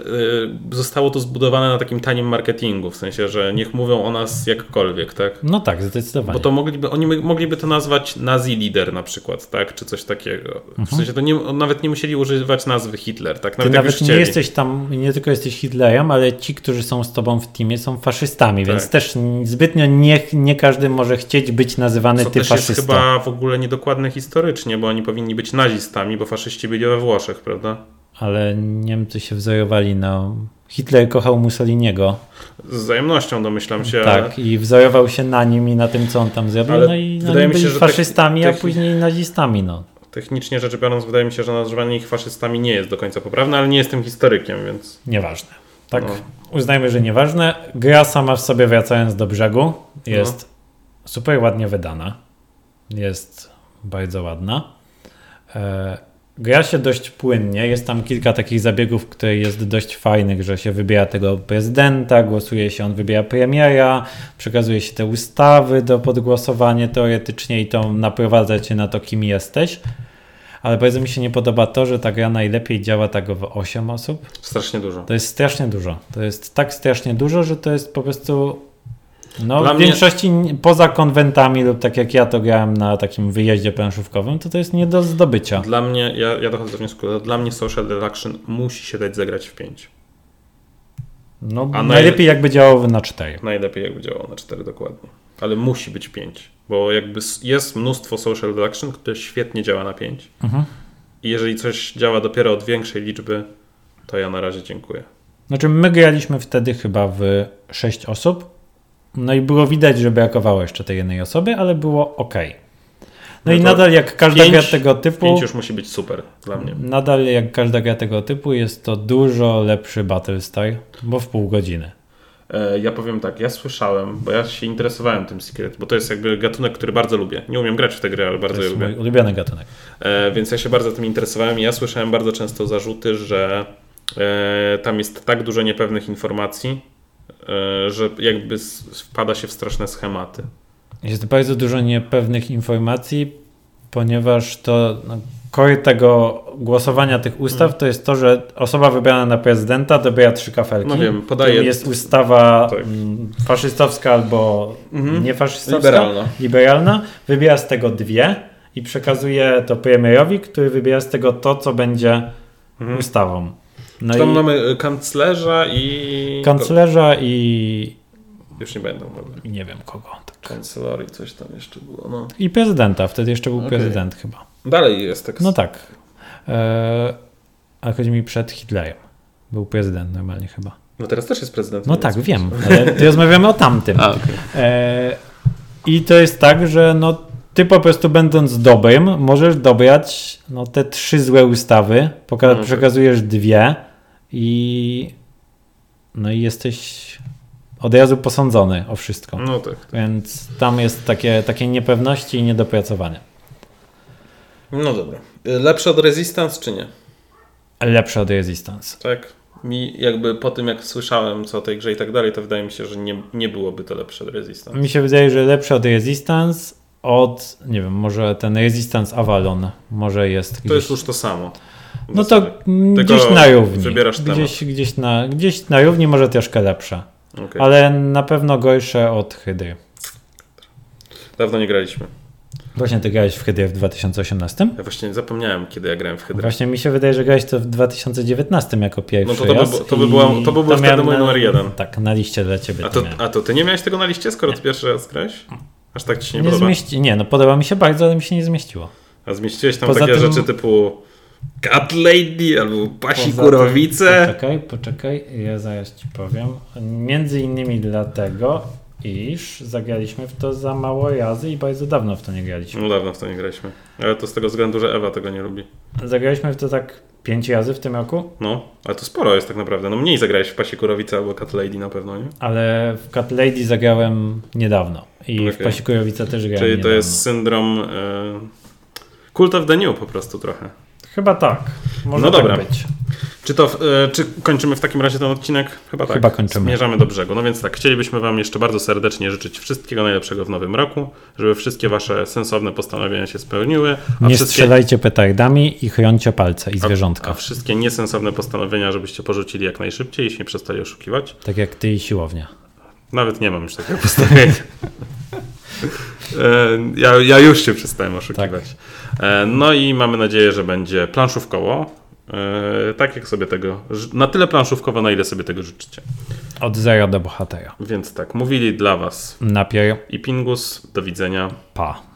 A: zostało to zbudowane na takim tanim marketingu, w sensie, że niech mówią o nas jakkolwiek, tak?
B: No tak, zdecydowanie.
A: Bo to mogliby, oni my- mogliby to nazwać nazi lider na przykład, tak? Czy coś takiego. W sensie to nie, nawet nie musieli używać nazwy Hitler, tak?
B: Mhm.
A: Nawet,
B: Ty
A: jak
B: nawet
A: już
B: nie
A: chcieli.
B: jesteś tam, nie tylko jesteś Hitlerem, ale ci, którzy są z tobą w teamie, są faszystami, więc
A: Tak.
B: też zbytnio nie, nie każdy może chcieć być nazywany
A: Co
B: ty
A: też jest
B: faszystą.
A: chyba w ogóle niedokładne historycznie, bo oni powinni być nazistami, bo faszyści byli we Włoszech, prawda?
B: Ale Niemcy się wzorowali na. Hitler kochał Mussoliniego.
A: Z wzajemnością domyślam się, ale
B: Tak, i wzorował się na nim i na tym, co on tam zrobił.
A: Ale
B: no i
A: wydaje
B: oni
A: mi się,
B: byli
A: że
B: faszystami,
A: tak-
B: a
A: tak-
B: później nazistami. No.
A: technicznie rzecz biorąc wydaje mi się, że nazwanie ich faszystami nie jest do końca poprawne, ale nie jestem historykiem, więc...
B: Nieważne. Tak,
A: No.
B: uznajmy, że nieważne. Gra sama w sobie, wracając do brzegu, jest super ładnie wydana. Jest bardzo ładna. E, Gra się dość płynnie. Jest tam kilka takich zabiegów, które jest dość fajnych, że się wybiera tego prezydenta, głosuje się, on wybiera premiera, przekazuje się te ustawy do podgłosowania teoretycznie i to naprowadza cię na to, kim jesteś. Ale bardzo mi się nie podoba to, że ta gra najlepiej działa tak w 8 osób.
A: Strasznie dużo.
B: To jest strasznie dużo. To jest tak strasznie dużo, że to jest po prostu. No,
A: Dla
B: w
A: mnie-
B: większości n- poza konwentami lub tak jak ja to grałem na takim wyjeździe planszówkowym, to to jest nie do zdobycia.
A: Dla mnie, ja, ja dochodzę do wniosku, że dla mnie Social Deduction musi się dać zagrać w 5.
B: No,
A: A naj-
B: najlepiej jakby działało na 4.
A: Najlepiej jakby działało na 4 dokładnie. Ale musi być 5, bo jakby s- jest mnóstwo Social Deduction, które świetnie działa na 5.
B: Mhm.
A: I jeżeli coś działa dopiero od większej liczby, to ja na razie dziękuję.
B: Znaczy, my graliśmy wtedy chyba w 6 osób. No i było widać, że brakowało jeszcze tej jednej osoby, ale było ok. No,
A: No
B: i
A: to
B: nadal jak każda
A: pięć-
B: gra tego typu.
A: 5 już musi być super dla mnie.
B: Nadal jak każda gra tego typu jest to dużo lepszy Battlestar, bo w pół godziny.
A: E, Ja powiem tak, ja słyszałem, bo ja się interesowałem tym Secret, bo to jest jakby gatunek, który bardzo lubię. Nie umiem grać w tę grę, ale
B: To
A: bardzo je
B: jest
A: lubię.
B: mój ulubiony gatunek.
A: E, więc ja się bardzo tym interesowałem i ja słyszałem bardzo często zarzuty, że e, tam jest tak dużo niepewnych informacji, e, że jakby s- wpada się w straszne schematy.
B: Jest bardzo dużo niepewnych informacji, ponieważ to no, core tego głosowania tych
A: Mm.
B: ustaw to jest to, że osoba wybrana na prezydenta dobiera trzy kafelki.
A: No wiem, podaję-
B: Podaje... Jest ustawa
A: Tak.
B: mm, faszystowska albo
A: Mhm.
B: niefaszystowska.
A: Liberalna.
B: Liberalna. Wybiera z tego dwie i przekazuje to premierowi, który wybiera z tego to, co będzie ustawą. No
A: Mhm. Tam
B: i
A: mamy e, kanclerza i
B: kanclerza i
A: Już nie będą mogły.
B: I nie wiem kogo. Tak.
A: Kancelarii coś tam jeszcze było. No.
B: I prezydenta, wtedy jeszcze był
A: Okej.
B: prezydent chyba.
A: Dalej jest tekst.
B: No tak. E, a chodzi mi przed Hitlerem. Był prezydent normalnie chyba.
A: No teraz też jest prezydent.
B: No
A: Niemiec
B: tak,
A: przecież.
B: wiem, ale ty rozmawiamy o tamtym.
A: A, okej.
B: E, I to jest tak, że no, ty po prostu będąc dobrym, możesz dobrać no, te trzy złe ustawy, poka-
A: No tak.
B: przekazujesz dwie i no i jesteś od razu posądzony o wszystko.
A: No tak.
B: Więc tam jest takie, takie niepewności i niedopracowanie.
A: No dobra. Y, Lepsze od Resistance czy nie?
B: Ale Lepsze od Resistance.
A: Tak. Mi jakby po tym jak słyszałem co o tej grze i tak dalej, to wydaje mi się, że nie, nie byłoby to lepsze od Resistance.
B: Mi się wydaje, że lepsze od Resistance od, nie wiem, może ten Resistance Avalon może jest
A: To
B: gdzieś
A: jest już to samo.
B: No to mm,
A: Tylko
B: gdzieś na równi.
A: wybierasz temat.
B: Gdzieś, gdzieś, na, gdzieś na równi, może troszkę lepsze.
A: Okej.
B: Ale na pewno gorsze od Hydry.
A: Dawno nie graliśmy.
B: Właśnie ty grałeś w Hydry w 2018?
A: Ja właśnie zapomniałem, kiedy ja grałem w Hydrę.
B: Właśnie mi się wydaje, że grałeś to w 2019 jako pierwszy
A: No to to by
B: raz
A: było- to by
B: i
A: było- to by było wtedy
B: miałem
A: mój
B: na-
A: numer jeden.
B: Tak, na liście dla ciebie
A: A
B: to
A: to,
B: miałem.
A: a to ty nie miałeś tego na liście, skoro ty pierwszy raz grałeś? Aż tak ci się nie,
B: nie,
A: podoba.
B: zmieści... nie, no podoba mi się bardzo, ale mi się nie zmieściło.
A: A zmieściłeś tam
B: Poza
A: takie
B: tym-
A: rzeczy typu Cat Lady albo Pasi
B: Poza tym-
A: Kurowice.
B: Poczekaj, poczekaj, ja zaraz ci powiem. Między innymi dlatego, iż zagraliśmy w to za mało razy i bardzo dawno w to nie graliśmy.
A: No dawno w to nie graliśmy. Ale to z tego względu, że Ewa tego nie lubi.
B: Zagraliśmy w to tak pięć razy w tym roku,
A: No, ale to sporo jest tak naprawdę. No mniej zagrałeś w Pasi Kurowice albo Cat Lady na pewno, nie?
B: ale w Cat Lady zagrałem niedawno i w
A: Okej.
B: Pasikujowice też grałem
A: Czyli to
B: niedawno.
A: jest syndrom y... Cult of the New po prostu trochę.
B: Chyba tak. Może
A: No
B: tak
A: dobra.
B: być.
A: Czy, to, e, czy kończymy w takim razie ten odcinek? Chyba tak.
B: Chyba kończymy.
A: Zmierzamy do brzegu. No więc tak, chcielibyśmy Wam jeszcze bardzo serdecznie życzyć wszystkiego najlepszego w nowym roku, żeby wszystkie Wasze sensowne postanowienia się spełniły, a,
B: Nie
A: wszystkie,
B: strzelajcie petardami i chroncie palce i
A: a
B: zwierzątka.
A: wszystkie niesensowne postanowienia, żebyście porzucili jak najszybciej i się przestali oszukiwać.
B: Tak jak ty i siłownia.
A: Nawet nie mam już takiego postawienia. E, Ja, ja już się przestałem oszukiwać.
B: Tak.
A: E, No i mamy nadzieję, że będzie planszówkowo. E, Tak jak sobie tego, na tyle planszówkowo, na ile sobie tego życzycie.
B: Od zera do bohatera.
A: Więc tak, mówili dla Was
B: Napier,
A: i Pingus. Do widzenia.
B: pa.